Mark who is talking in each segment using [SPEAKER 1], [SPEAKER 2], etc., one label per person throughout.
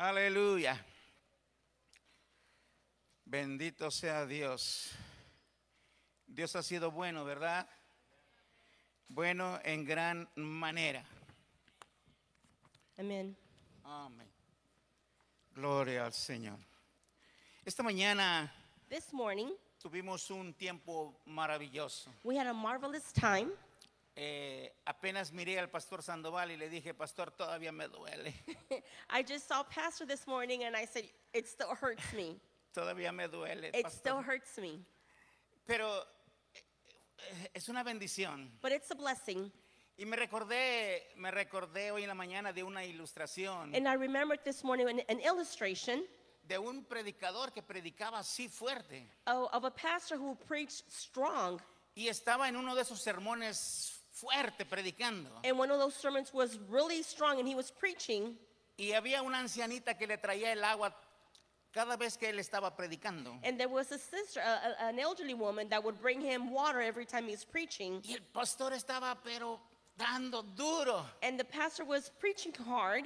[SPEAKER 1] Aleluya. Bendito sea Dios. Dios ha sido bueno, ¿verdad? Bueno en gran manera.
[SPEAKER 2] Amen.
[SPEAKER 1] Amén. Gloria al Señor. Esta mañana
[SPEAKER 2] This morning,
[SPEAKER 1] tuvimos un tiempo maravilloso.
[SPEAKER 2] we had a marvelous time.
[SPEAKER 1] Eh, apenas miré al pastor Sandoval y le dije, pastor, todavía me duele.
[SPEAKER 2] I just saw Pastor this morning and I said, It still hurts me.
[SPEAKER 1] Todavía me duele.
[SPEAKER 2] It
[SPEAKER 1] pastor".
[SPEAKER 2] still hurts me.
[SPEAKER 1] Pero eh, eh, es una bendición.
[SPEAKER 2] But it's a blessing.
[SPEAKER 1] Y me recordé, me recordé hoy en la mañana de una ilustración
[SPEAKER 2] And I remembered this morning an, an illustration
[SPEAKER 1] de un predicador que predicaba así fuerte
[SPEAKER 2] of, of a pastor who preached strong.
[SPEAKER 1] y estaba en uno de esos sermones fuerte predicando.
[SPEAKER 2] And one of those sermons was really strong and he was preaching.
[SPEAKER 1] Y había una ancianita que le traía el agua cada vez que él estaba predicando.
[SPEAKER 2] And there was a sister, a, a- an elderly woman, that would bring him water every time he was preaching.
[SPEAKER 1] Y el pastor estaba pero dando duro.
[SPEAKER 2] And the pastor was preaching hard.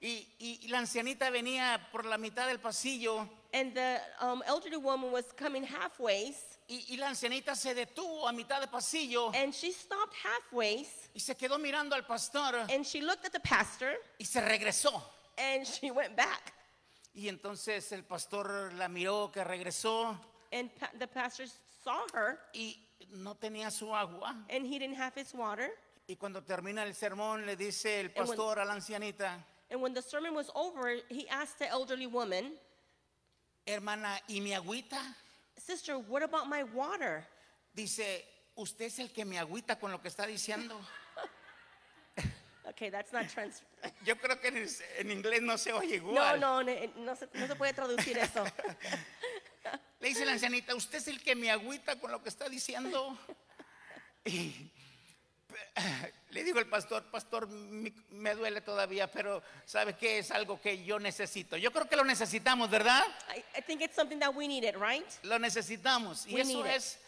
[SPEAKER 1] Y, y- y la ancianita venía por la mitad del pasillo
[SPEAKER 2] And the um, elderly woman was coming halfways.
[SPEAKER 1] y, y la ancianita se detuvo a mitad del pasillo
[SPEAKER 2] And she stopped halfways
[SPEAKER 1] y se quedó mirando al pastor
[SPEAKER 2] and she looked at the pastor
[SPEAKER 1] y se regresó.
[SPEAKER 2] and she went back.
[SPEAKER 1] Y entonces el pastor la miró que regresó
[SPEAKER 2] And pa- the pastor saw her
[SPEAKER 1] y no tenía su agua.
[SPEAKER 2] and he didn't have his water.
[SPEAKER 1] Y cuando termina el sermón le dice el
[SPEAKER 2] Eh, bueno.
[SPEAKER 1] pastor a la ancianita,
[SPEAKER 2] And when the sermon was over, he asked the elderly woman,
[SPEAKER 1] hermana, ¿y mi agüita?
[SPEAKER 2] Sister, what about my water?
[SPEAKER 1] Dice, usted es el que me agüita con lo que está diciendo.
[SPEAKER 2] Okay, that's not trans.
[SPEAKER 1] Yo creo que en, en inglés no se oye
[SPEAKER 2] No,
[SPEAKER 1] igual.
[SPEAKER 2] no, no, no se, no se puede traducir eso.
[SPEAKER 1] Le dice la ancianita, usted es el que me agüita con lo que está diciendo. Y le digo al pastor, pastor, mi- me duele todavía, pero ¿sabe qué? Es algo que yo necesito. Yo creo que lo necesitamos, ¿verdad?
[SPEAKER 2] I, I think it's something that we needed, right?
[SPEAKER 1] Lo necesitamos. Y
[SPEAKER 2] We
[SPEAKER 1] eso
[SPEAKER 2] need it.
[SPEAKER 1] es,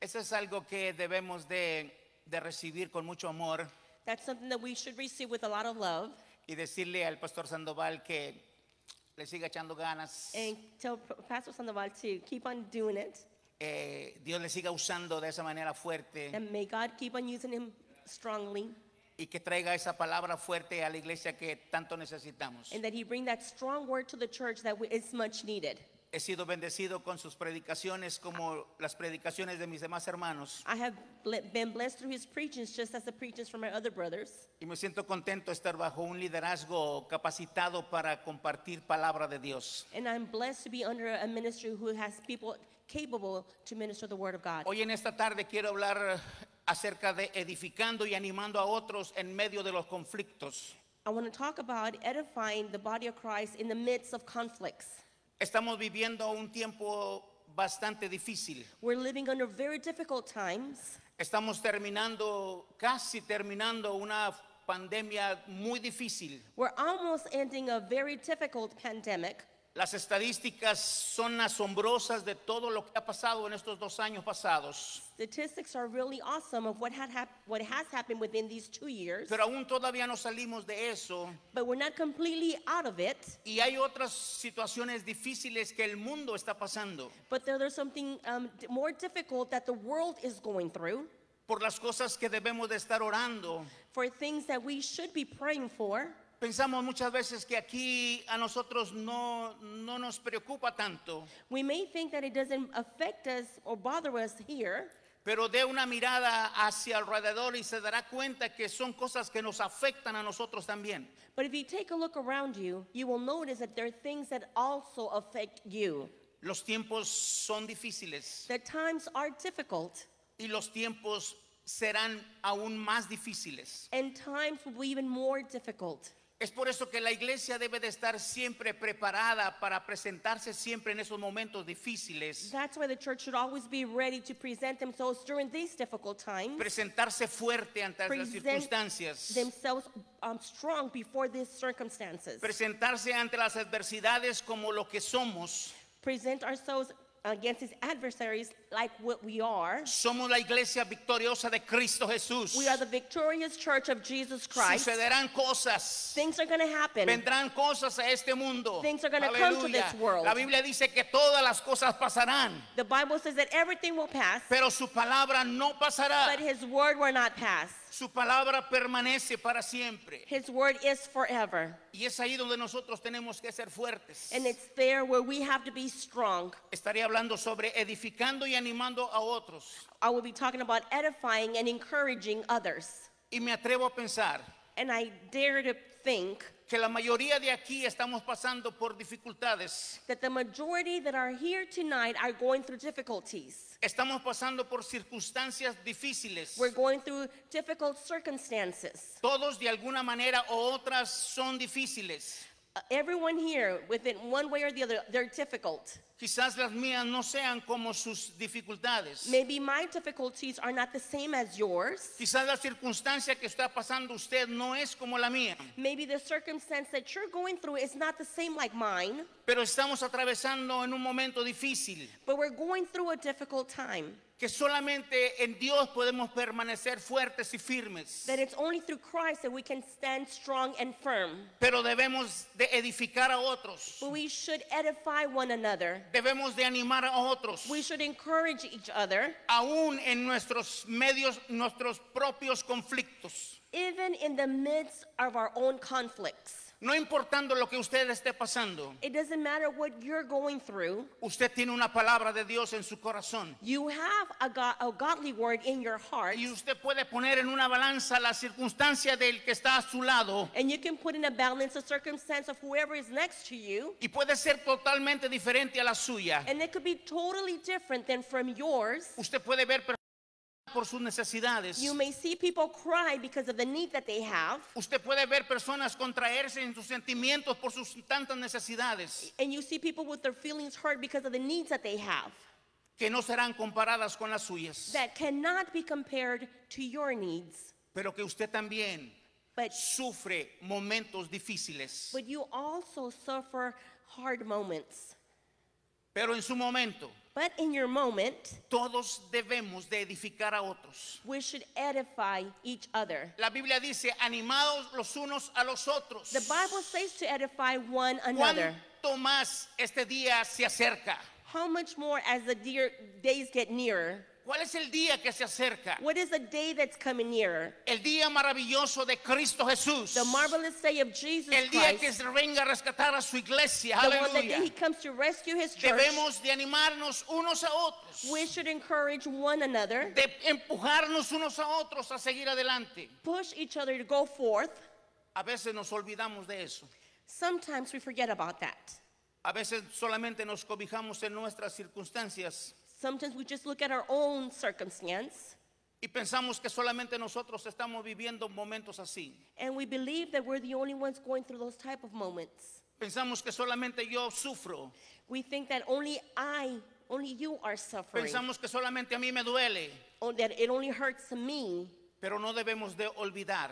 [SPEAKER 1] eso es algo que debemos de, de recibir con mucho amor
[SPEAKER 2] That's something that we should receive with a lot of love.
[SPEAKER 1] y decirle al pastor Sandoval que le siga echando ganas.
[SPEAKER 2] And tell P- Pastor Sandoval to keep on doing it.
[SPEAKER 1] eh, Dios le siga usando de esa manera fuerte
[SPEAKER 2] And may God keep on using him strongly.
[SPEAKER 1] y que traiga esa palabra fuerte a la iglesia que tanto necesitamos.
[SPEAKER 2] And that he bring that strong word to the church that we- is much needed.
[SPEAKER 1] He sido bendecido con sus predicaciones como las predicaciones de mis demás hermanos
[SPEAKER 2] I have bl- been blessed through his preachings, just as the preachings from my other brothers.
[SPEAKER 1] y me siento contento de estar bajo un liderazgo capacitado para compartir palabra de Dios.
[SPEAKER 2] And I'm blessed to be under a ministry who has people capable to minister the word of God.
[SPEAKER 1] Hoy en esta tarde quiero hablar acerca de edificando y animando a otros en medio de los conflictos.
[SPEAKER 2] I want to talk about edifying the body of Christ in the midst of conflicts.
[SPEAKER 1] Estamos viviendo un tiempo bastante difícil.
[SPEAKER 2] We're living under very difficult times.
[SPEAKER 1] Estamos terminando, casi terminando una pandemia muy difícil.
[SPEAKER 2] We're almost ending a very difficult pandemic.
[SPEAKER 1] Las estadísticas son asombrosas de todo lo que ha pasado en estos dos años pasados,
[SPEAKER 2] Statistics are really awesome of what had hap- what has happened within these two years,
[SPEAKER 1] pero aún todavía no salimos de eso.
[SPEAKER 2] but we're not completely out of it.
[SPEAKER 1] Y hay otras situaciones difíciles que el mundo está pasando
[SPEAKER 2] But there, there's something um, d- more difficult that the world is going through
[SPEAKER 1] por las cosas que debemos de estar orando.
[SPEAKER 2] for things that we should be praying for.
[SPEAKER 1] Pensamos muchas veces que aquí a nosotros no, no nos preocupa tanto,
[SPEAKER 2] We may think that it doesn't affect us or bother us here,
[SPEAKER 1] pero dé una mirada hacia alrededor y se dará cuenta que son cosas que nos afectan a nosotros también.
[SPEAKER 2] but if you take a look around you, you will notice that there are things that also affect you.
[SPEAKER 1] Los tiempos son difíciles.
[SPEAKER 2] The times are difficult,
[SPEAKER 1] y los tiempos serán aún más difíciles.
[SPEAKER 2] and times will be even more difficult.
[SPEAKER 1] Es por eso que la iglesia debe de estar siempre preparada para presentarse siempre en esos momentos difíciles,
[SPEAKER 2] That's why the church should always be ready to present themselves during these difficult times,
[SPEAKER 1] presentarse fuerte ante las
[SPEAKER 2] Present
[SPEAKER 1] circunstancias,
[SPEAKER 2] themselves um, strong before these circumstances,
[SPEAKER 1] presentarse ante las adversidades como lo que somos
[SPEAKER 2] present ourselves against his adversaries like what we are.
[SPEAKER 1] Somos la iglesia victoriosa de Cristo Jesús.
[SPEAKER 2] We are the victorious church of Jesus Christ.
[SPEAKER 1] Sucederán cosas.
[SPEAKER 2] Things are going to happen.
[SPEAKER 1] Vendrán cosas a este mundo.
[SPEAKER 2] Things are gonna come to
[SPEAKER 1] Aleluya.
[SPEAKER 2] this world.
[SPEAKER 1] La Biblia dice que todas las cosas pasarán,
[SPEAKER 2] The Bible says that everything will pass,
[SPEAKER 1] pero su palabra no pasará.
[SPEAKER 2] but his word will not pass.
[SPEAKER 1] Su palabra permanece para siempre.
[SPEAKER 2] His word is forever.
[SPEAKER 1] Y es ahí donde nosotros tenemos que ser fuertes.
[SPEAKER 2] And it's there where we have to be strong.
[SPEAKER 1] Estaré hablando sobre edificando y animando a otros.
[SPEAKER 2] I will be talking about edifying and encouraging others.
[SPEAKER 1] Y me atrevo a pensar
[SPEAKER 2] And I dare to think
[SPEAKER 1] que la mayoría de aquí estamos pasando por dificultades.
[SPEAKER 2] that the majority that are here tonight are going through difficulties.
[SPEAKER 1] Estamos pasando por circunstancias difíciles.
[SPEAKER 2] We're going through difficult circumstances.
[SPEAKER 1] Todos de alguna manera o otras son difíciles.
[SPEAKER 2] Uh, Everyone here, within one way or the other, they're difficult.
[SPEAKER 1] Quizás las mías no sean como sus dificultades.
[SPEAKER 2] Maybe my difficulties are not the same as yours.
[SPEAKER 1] Quizás la circunstancia que está pasando usted no es como la mía.
[SPEAKER 2] Maybe the circumstance that you're going through is not the same like mine,
[SPEAKER 1] Pero estamos atravesando en un momento difícil
[SPEAKER 2] but we're going through a difficult time.
[SPEAKER 1] que solamente en Dios podemos permanecer fuertes y firmes.
[SPEAKER 2] That it's only through Christ that we can stand strong and firm.
[SPEAKER 1] Pero debemos de edificar a otros.
[SPEAKER 2] But we should edify one another.
[SPEAKER 1] Debemos de animar a otros.
[SPEAKER 2] We should encourage each other,
[SPEAKER 1] Aún en nuestros medios, nuestros propios conflictos.
[SPEAKER 2] even in the midst of our own conflicts.
[SPEAKER 1] No importando lo que usted esté pasando,
[SPEAKER 2] It doesn't matter what you're going through,
[SPEAKER 1] usted tiene una palabra de Dios en su corazón.
[SPEAKER 2] you have a, go- a godly word in your heart,
[SPEAKER 1] Y usted puede poner en una balanza la circunstancia del que está a su lado.
[SPEAKER 2] and you can put in a balance the circumstance of whoever is next to you,
[SPEAKER 1] Y puede ser totalmente diferente a la suya.
[SPEAKER 2] and it could be totally different than from yours.
[SPEAKER 1] Usted puede ver personas por sus necesidades.
[SPEAKER 2] You may see people cry because of the need that they have,
[SPEAKER 1] Usted puede ver personas contraerse en sus sentimientos por sus tantas necesidades
[SPEAKER 2] and you see people with their feelings hurt because of the needs that they have.
[SPEAKER 1] que no serán comparadas con las suyas.
[SPEAKER 2] that cannot be compared to your needs.
[SPEAKER 1] Pero que usted también
[SPEAKER 2] But,
[SPEAKER 1] sufre momentos difíciles.
[SPEAKER 2] but you also suffer hard moments.
[SPEAKER 1] Pero en su momento,
[SPEAKER 2] But in your moment,
[SPEAKER 1] todos debemos de edificar a otros.
[SPEAKER 2] we should edify each other.
[SPEAKER 1] La Biblia dice, animados los unos a los otros.
[SPEAKER 2] The Bible says to edify one another.
[SPEAKER 1] ¿Cuánto más este día se acerca?
[SPEAKER 2] How much more as the dear days get nearer?
[SPEAKER 1] ¿Cuál es el día que se acerca?
[SPEAKER 2] What is the day that's coming nearer?
[SPEAKER 1] El día maravilloso de Cristo Jesús.
[SPEAKER 2] The marvelous day of Jesus
[SPEAKER 1] El día que
[SPEAKER 2] Christ,
[SPEAKER 1] se venga a rescatar a su iglesia.
[SPEAKER 2] the one that
[SPEAKER 1] Aleluya.
[SPEAKER 2] day he comes to rescue his church.
[SPEAKER 1] Debemos de animarnos unos a otros.
[SPEAKER 2] We should encourage one another,
[SPEAKER 1] De empujarnos unos a otros a seguir adelante.
[SPEAKER 2] push each other to go forth.
[SPEAKER 1] A veces nos olvidamos de eso.
[SPEAKER 2] Sometimes we forget about that.
[SPEAKER 1] A veces solamente nos cobijamos en nuestras circunstancias
[SPEAKER 2] Sometimes we just look at our own circumstance
[SPEAKER 1] y pensamos que solamente nosotros estamos viviendo momentos así.
[SPEAKER 2] and we believe that we're the only ones going through those type of moments.
[SPEAKER 1] Pensamos que solamente yo sufro.
[SPEAKER 2] We think that only I, only you are suffering,
[SPEAKER 1] Pensamos que solamente a mí me duele.
[SPEAKER 2] or that it only hurts me.
[SPEAKER 1] Pero no debemos de olvidar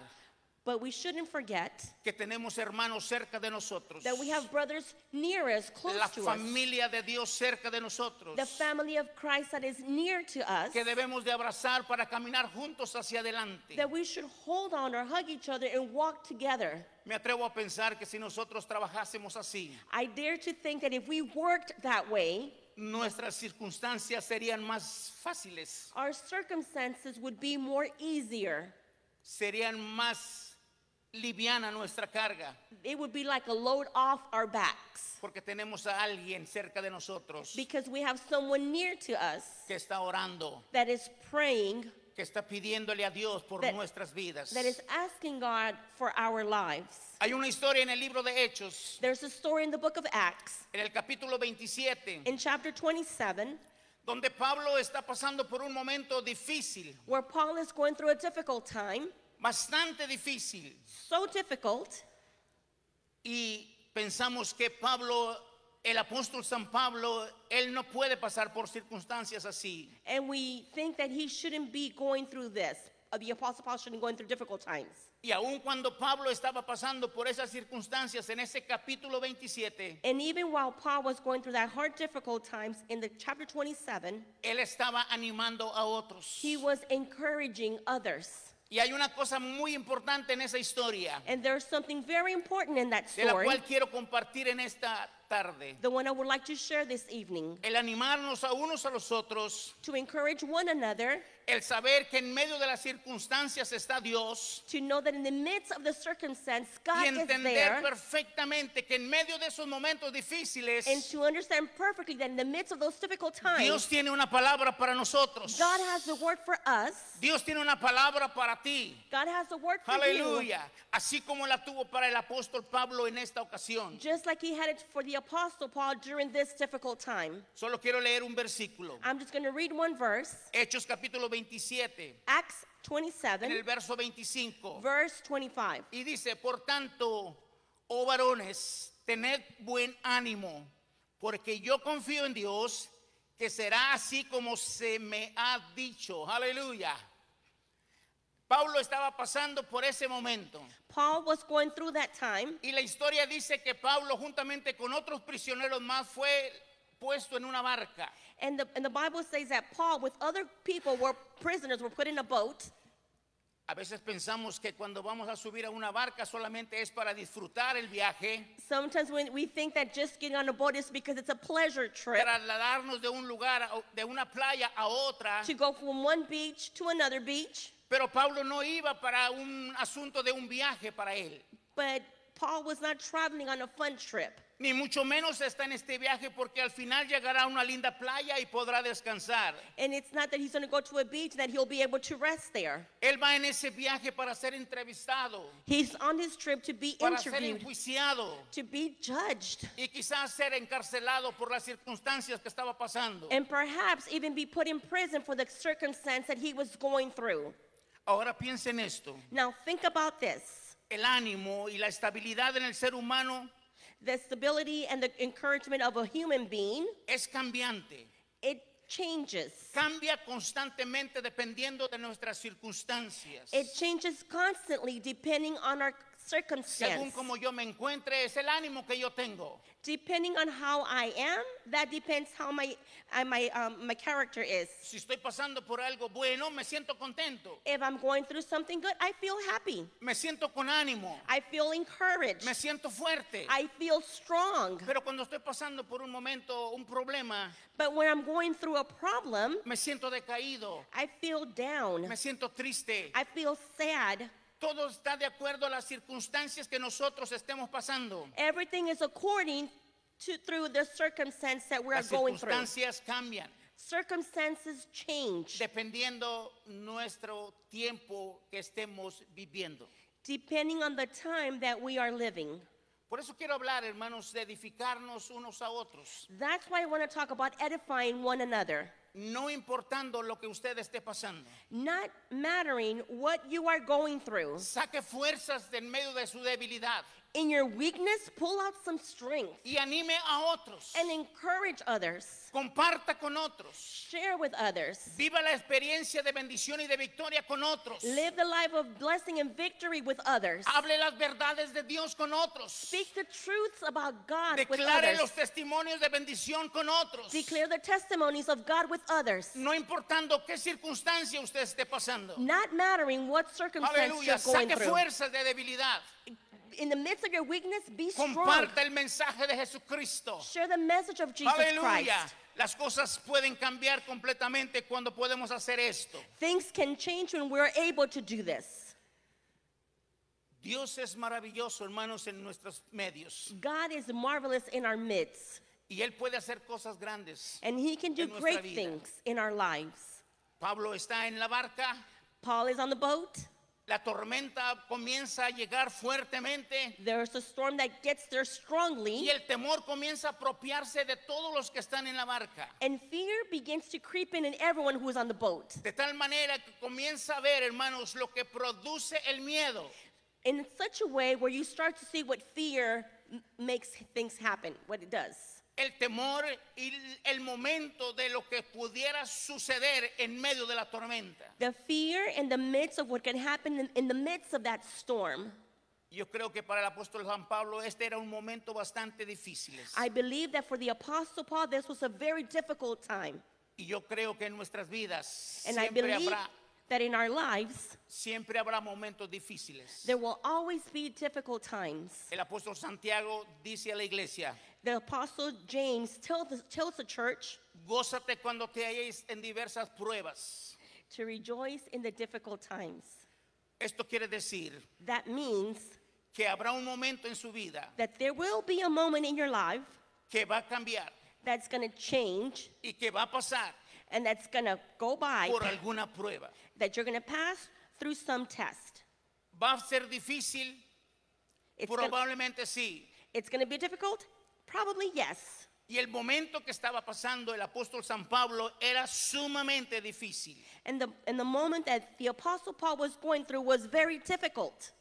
[SPEAKER 2] But we shouldn't forget
[SPEAKER 1] que tenemos hermanos cerca de nosotros.
[SPEAKER 2] that we have brothers near us, close
[SPEAKER 1] la
[SPEAKER 2] to us,
[SPEAKER 1] familia de Dios cerca de nosotros.
[SPEAKER 2] the family of Christ that is near to us,
[SPEAKER 1] que debemos de abrazar para caminar juntos hacia adelante.
[SPEAKER 2] that we should hold on or hug each other and walk together.
[SPEAKER 1] Me atrevo a pensar que si nosotros trabajásemos así,
[SPEAKER 2] I dare to think that if we worked that way,
[SPEAKER 1] nuestras circunstancias serían más fáciles,
[SPEAKER 2] our circumstances would be more easier.
[SPEAKER 1] serían más liviana nuestra carga,
[SPEAKER 2] it would be like a load off our backs
[SPEAKER 1] porque tenemos a alguien cerca de nosotros
[SPEAKER 2] because we have someone near to us
[SPEAKER 1] que está orando,
[SPEAKER 2] that is praying,
[SPEAKER 1] que está pidiéndole a Dios por
[SPEAKER 2] That-
[SPEAKER 1] nuestras vidas.
[SPEAKER 2] that is asking God for our lives.
[SPEAKER 1] Hay una historia en el libro de Hechos,
[SPEAKER 2] There's a story in the book of Acts,
[SPEAKER 1] en el capítulo 27,
[SPEAKER 2] in chapter 27,
[SPEAKER 1] donde Pablo está pasando por un momento difícil,
[SPEAKER 2] where Paul is going through a difficult time,
[SPEAKER 1] bastante difícil.
[SPEAKER 2] so difficult,
[SPEAKER 1] Y pensamos que Pablo, el apóstol San Pablo, él no puede pasar por circunstancias así.
[SPEAKER 2] and we think that he shouldn't be going through this. uh, the Apostle Paul shouldn't be going through difficult times.
[SPEAKER 1] Y aun cuando Pablo estaba pasando por esas circunstancias en ese capítulo 27,
[SPEAKER 2] And even while Paul was going through that hard, difficult times, in the chapter 27,
[SPEAKER 1] él estaba animando a otros.
[SPEAKER 2] he was encouraging others.
[SPEAKER 1] Y hay una cosa muy importante en esa historia,
[SPEAKER 2] And there's something very important in that
[SPEAKER 1] de la
[SPEAKER 2] story,
[SPEAKER 1] cual quiero compartir en esta tarde.
[SPEAKER 2] the one I would like to share this evening,
[SPEAKER 1] El animarnos a unos a los otros,
[SPEAKER 2] to encourage one another
[SPEAKER 1] el saber que en medio de las circunstancias está Dios
[SPEAKER 2] to know that in the midst of the circumstance,
[SPEAKER 1] y
[SPEAKER 2] God is
[SPEAKER 1] entender
[SPEAKER 2] there,
[SPEAKER 1] perfectamente que en medio de esos momentos difíciles,
[SPEAKER 2] and to understand perfectly that in the midst of those difficult
[SPEAKER 1] Dios
[SPEAKER 2] times,
[SPEAKER 1] tiene una palabra para nosotros.
[SPEAKER 2] God has the word for us.
[SPEAKER 1] Dios tiene una palabra para ti.
[SPEAKER 2] God has the word for you,
[SPEAKER 1] Aleluya. Así como la tuvo para el apóstol Pablo en esta ocasión.
[SPEAKER 2] just like He had it for the Apostle Paul during this difficult time.
[SPEAKER 1] Solo quiero leer un versículo.
[SPEAKER 2] I'm just going to read one verse,
[SPEAKER 1] Hechos capítulo 27,
[SPEAKER 2] Acts
[SPEAKER 1] en el
[SPEAKER 2] 27,
[SPEAKER 1] verso 25.
[SPEAKER 2] verse 25.
[SPEAKER 1] Y dice, por tanto, oh varones, tened buen ánimo, porque yo confío en Dios que será así como se me ha dicho. Aleluya. Pablo estaba pasando por ese momento.
[SPEAKER 2] Paul was going through that time,
[SPEAKER 1] Y la historia dice que Pablo juntamente con otros prisioneros más fue puesto en una barca.
[SPEAKER 2] and the, and the Bible says that Paul, with other people, were prisoners, were put in a boat.
[SPEAKER 1] A veces pensamos que cuando vamos a subir a una barca solamente es para disfrutar el viaje,
[SPEAKER 2] Sometimes when we think that just getting on a boat is because it's a pleasure trip
[SPEAKER 1] trasladarnos de un lugar, a- de una playa a otra.
[SPEAKER 2] to go from one beach to another beach,
[SPEAKER 1] Pero Pablo no iba para un asunto de un viaje para él,
[SPEAKER 2] but Paul was not traveling on a fun trip.
[SPEAKER 1] ni mucho menos está en este viaje porque al final llegará a una linda playa y podrá descansar.
[SPEAKER 2] And it's not that he's going to go to a beach that he'll be able to rest there.
[SPEAKER 1] Él va en ese viaje para ser entrevistado,
[SPEAKER 2] He's on his trip to be
[SPEAKER 1] para ser
[SPEAKER 2] interviewed,
[SPEAKER 1] enjuiciado
[SPEAKER 2] to be judged,
[SPEAKER 1] y quizás ser encarcelado por las circunstancias que estaba pasando.
[SPEAKER 2] and perhaps even be put in prison for the circumstance that he was going through.
[SPEAKER 1] Ahora piensen esto,
[SPEAKER 2] Now think about this.
[SPEAKER 1] el ánimo y la estabilidad en el ser humano
[SPEAKER 2] The stability and the encouragement of a human being,
[SPEAKER 1] es cambiante,
[SPEAKER 2] it changes.
[SPEAKER 1] cambia constantemente dependiendo de nuestras circunstancias.
[SPEAKER 2] It changes constantly depending on our
[SPEAKER 1] Según
[SPEAKER 2] circumstance.
[SPEAKER 1] como yo me encuentre, es el ánimo que yo tengo.
[SPEAKER 2] Depending on how I am, that depends how my uh, my um, my character is.
[SPEAKER 1] Si estoy pasando por algo bueno, me siento contento,
[SPEAKER 2] If I'm going through something good, I feel happy.
[SPEAKER 1] me siento con ánimo,
[SPEAKER 2] I feel encouraged.
[SPEAKER 1] me siento fuerte.
[SPEAKER 2] I feel strong.
[SPEAKER 1] Pero cuando estoy pasando por un momento, un problema,
[SPEAKER 2] But when I'm going through a problem,
[SPEAKER 1] me siento decaído,
[SPEAKER 2] I feel down.
[SPEAKER 1] me siento triste.
[SPEAKER 2] I feel sad.
[SPEAKER 1] Todo está de acuerdo a las circunstancias que nosotros estemos pasando.
[SPEAKER 2] Everything is according to through the circumstance that we're
[SPEAKER 1] Las
[SPEAKER 2] going through.
[SPEAKER 1] circunstancias cambian
[SPEAKER 2] Circumstances change.
[SPEAKER 1] dependiendo nuestro tiempo que estemos viviendo.
[SPEAKER 2] depending on the time that we are living.
[SPEAKER 1] Por eso quiero hablar, hermanos, de edificarnos unos a otros,
[SPEAKER 2] That's why I want to talk about edifying one another,
[SPEAKER 1] no importando lo que usted esté pasando.
[SPEAKER 2] not mattering what you are going through.
[SPEAKER 1] Saque fuerzas de en medio de su debilidad
[SPEAKER 2] In your weakness, pull out some strength
[SPEAKER 1] y anime a otros.
[SPEAKER 2] and encourage others.
[SPEAKER 1] Comparta con otros.
[SPEAKER 2] Share with others.
[SPEAKER 1] Viva la experiencia de bendición y de victoria con otros.
[SPEAKER 2] Live the life of blessing and victory with others.
[SPEAKER 1] Hable las verdades de Dios con otros.
[SPEAKER 2] Speak the truths about God with
[SPEAKER 1] Declare
[SPEAKER 2] others.
[SPEAKER 1] los testimonios de bendición con otros.
[SPEAKER 2] Declare the testimonies of God with others.
[SPEAKER 1] No importando qué circunstancia usted esté pasando.
[SPEAKER 2] Not mattering what circumstance
[SPEAKER 1] Aleluya.
[SPEAKER 2] you're going
[SPEAKER 1] Saque
[SPEAKER 2] through.
[SPEAKER 1] fuerzas de debilidad.
[SPEAKER 2] In the midst of your weakness, be strong.
[SPEAKER 1] Comparta el mensaje de Jesucristo.
[SPEAKER 2] Share the message of Jesus
[SPEAKER 1] Aleluya.
[SPEAKER 2] Christ.
[SPEAKER 1] Las cosas pueden cambiar completamente cuando podemos hacer esto.
[SPEAKER 2] Things can change when we're able to do this.
[SPEAKER 1] Dios es maravilloso, hermanos, en nuestros medios.
[SPEAKER 2] God is marvelous in our midst,
[SPEAKER 1] Y Él puede hacer cosas grandes.
[SPEAKER 2] and He can do
[SPEAKER 1] En nuestra
[SPEAKER 2] great
[SPEAKER 1] vida.
[SPEAKER 2] things in our lives.
[SPEAKER 1] Pablo está en la barca,
[SPEAKER 2] Paul is on the boat.
[SPEAKER 1] la tormenta comienza a llegar fuertemente
[SPEAKER 2] There's a storm that gets there
[SPEAKER 1] y
[SPEAKER 2] strongly,
[SPEAKER 1] el temor comienza a apropiarse de todos los que están en la barca.
[SPEAKER 2] and fear begins to creep in in everyone who is on the boat.
[SPEAKER 1] De tal manera que comienza a ver, hermanos, lo que produce el miedo.
[SPEAKER 2] In such a way where you start to see what fear m- makes things happen, what it does.
[SPEAKER 1] el temor y el momento de lo que pudiera suceder en medio de la tormenta.
[SPEAKER 2] the fear in the midst of what can happen in, in the midst of that storm.
[SPEAKER 1] Yo creo que para el apóstol Juan Pablo este era un momento bastante difícil.
[SPEAKER 2] I believe that for the Apostle Paul, this was a very difficult time.
[SPEAKER 1] Y yo creo que en nuestras vidas
[SPEAKER 2] And I
[SPEAKER 1] siempre
[SPEAKER 2] believe
[SPEAKER 1] habrá,
[SPEAKER 2] that in our lives,
[SPEAKER 1] siempre habrá momentos difíciles.
[SPEAKER 2] there will always be difficult times.
[SPEAKER 1] El apóstol Santiago dice a la iglesia,
[SPEAKER 2] The Apostle James tells the, tells the church
[SPEAKER 1] gózate cuando te halléis en diversas pruebas.
[SPEAKER 2] to rejoice in the difficult times.
[SPEAKER 1] Esto quiere decir
[SPEAKER 2] That means
[SPEAKER 1] que habrá un momento en su vida
[SPEAKER 2] that there will be a moment in your life
[SPEAKER 1] que va a cambiar
[SPEAKER 2] that's going to change
[SPEAKER 1] y que va a pasar
[SPEAKER 2] and that's going to go by,
[SPEAKER 1] por alguna prueba.
[SPEAKER 2] that you're going to pass through some test.
[SPEAKER 1] ¿Va a ser difícil?
[SPEAKER 2] It's gonna-
[SPEAKER 1] Probablemente sí.
[SPEAKER 2] It's going to be difficult? Probably yes.
[SPEAKER 1] Y el momento que estaba pasando el apóstol San Pablo era sumamente difícil.
[SPEAKER 2] And the, and the moment that the Apostle Paul was going through was very difficult.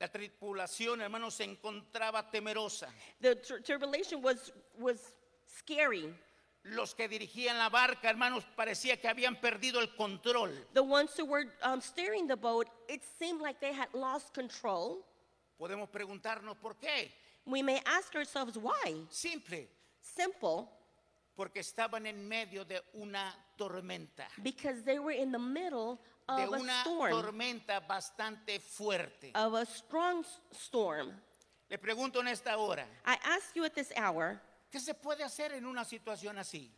[SPEAKER 1] La tripulación, hermanos, se encontraba temerosa.
[SPEAKER 2] The tur- tribulation was, was scary.
[SPEAKER 1] Los que dirigían la barca, hermanos, parecía que habían perdido el control.
[SPEAKER 2] The ones who were um, steering the boat, it seemed like they had lost control.
[SPEAKER 1] Podemos preguntarnos por qué.
[SPEAKER 2] We may ask ourselves why.
[SPEAKER 1] Simple,
[SPEAKER 2] Simple,
[SPEAKER 1] porque estaban en medio de una tormenta,
[SPEAKER 2] because they were in the middle
[SPEAKER 1] de
[SPEAKER 2] of a
[SPEAKER 1] una
[SPEAKER 2] storm,
[SPEAKER 1] tormenta bastante fuerte.
[SPEAKER 2] of a strong s- storm.
[SPEAKER 1] Le pregunto en esta hora,
[SPEAKER 2] I ask you at this hour,
[SPEAKER 1] ¿qué se puede hacer en una situación así?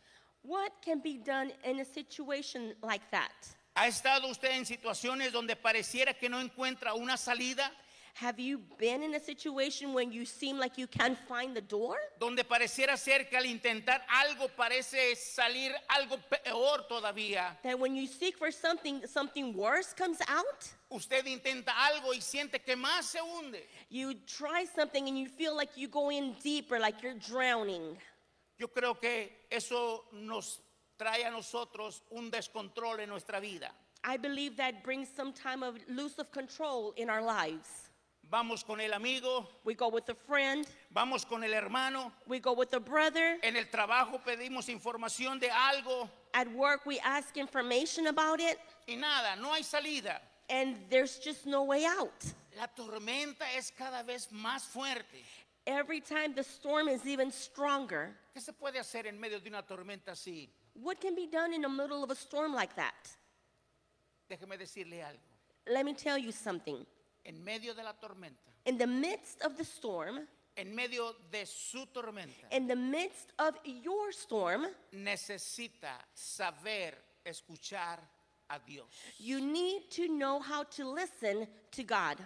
[SPEAKER 2] what can be done in a situation like that?
[SPEAKER 1] ¿Ha estado usted en situaciones donde pareciera que no encuentra una salida?
[SPEAKER 2] Have you been in a situation when you seem like you can't find the door?
[SPEAKER 1] Donde pareciera ser que al intentar algo parece salir algo peor todavía.
[SPEAKER 2] That when you seek for something, something worse comes out?
[SPEAKER 1] Usted intenta algo y siente que más se hunde.
[SPEAKER 2] You try something and you feel like you go in deeper, like you're drowning.
[SPEAKER 1] Yo creo que eso nos trae a nosotros un descontrol en nuestra vida.
[SPEAKER 2] I believe that brings some time of loose of control in our lives.
[SPEAKER 1] Vamos con el amigo,
[SPEAKER 2] We go with a friend,
[SPEAKER 1] vamos con el hermano.
[SPEAKER 2] we go with a brother.
[SPEAKER 1] En el trabajo pedimos información de algo
[SPEAKER 2] At work, we ask information about it,
[SPEAKER 1] y nada, no hay salida.
[SPEAKER 2] and there's just no way out.
[SPEAKER 1] La tormenta es cada vez más fuerte.
[SPEAKER 2] Every time the storm is even stronger.
[SPEAKER 1] ¿Qué se puede hacer en medio de una tormenta así?
[SPEAKER 2] What can be done in the middle of a storm like that?
[SPEAKER 1] Déjeme decirle algo.
[SPEAKER 2] Let me tell you something.
[SPEAKER 1] En medio de la tormenta,
[SPEAKER 2] In the midst of the storm,
[SPEAKER 1] en medio de su tormenta,
[SPEAKER 2] in the midst of your storm,
[SPEAKER 1] necesita saber escuchar a Dios.
[SPEAKER 2] you need to know how to listen to God.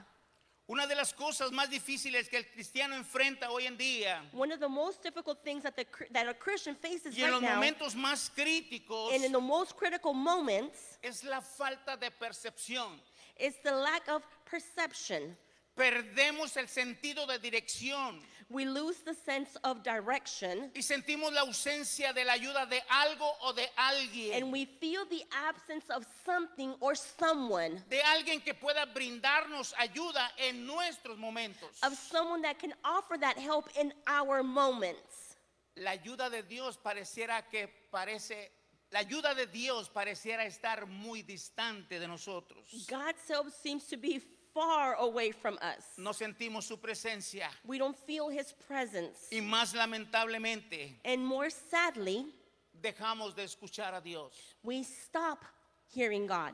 [SPEAKER 1] Una de las cosas más difíciles que el cristiano enfrenta hoy en día
[SPEAKER 2] One of the most difficult things that, the, cr- that a Christian faces
[SPEAKER 1] y en
[SPEAKER 2] right
[SPEAKER 1] los
[SPEAKER 2] now,
[SPEAKER 1] momentos más críticos
[SPEAKER 2] and in the most critical moments,
[SPEAKER 1] es la falta de percepción.
[SPEAKER 2] is the lack of perception.
[SPEAKER 1] Perdemos el sentido de dirección
[SPEAKER 2] We lose the sense of direction,
[SPEAKER 1] y sentimos la ausencia de la ayuda de algo o de
[SPEAKER 2] and
[SPEAKER 1] alguien.
[SPEAKER 2] we feel the absence of something or someone,
[SPEAKER 1] De alguien que pueda brindarnos ayuda en nuestros momentos.
[SPEAKER 2] of someone that can offer that help in our moments.
[SPEAKER 1] La ayuda de Dios pareciera que parece, la ayuda de Dios pareciera estar muy distante de nosotros.
[SPEAKER 2] God's help seems to be far away from us.
[SPEAKER 1] No sentimos su presencia
[SPEAKER 2] We don't feel his presence.
[SPEAKER 1] y más lamentablemente
[SPEAKER 2] And more sadly,
[SPEAKER 1] dejamos de escuchar a Dios.
[SPEAKER 2] we stop hearing God.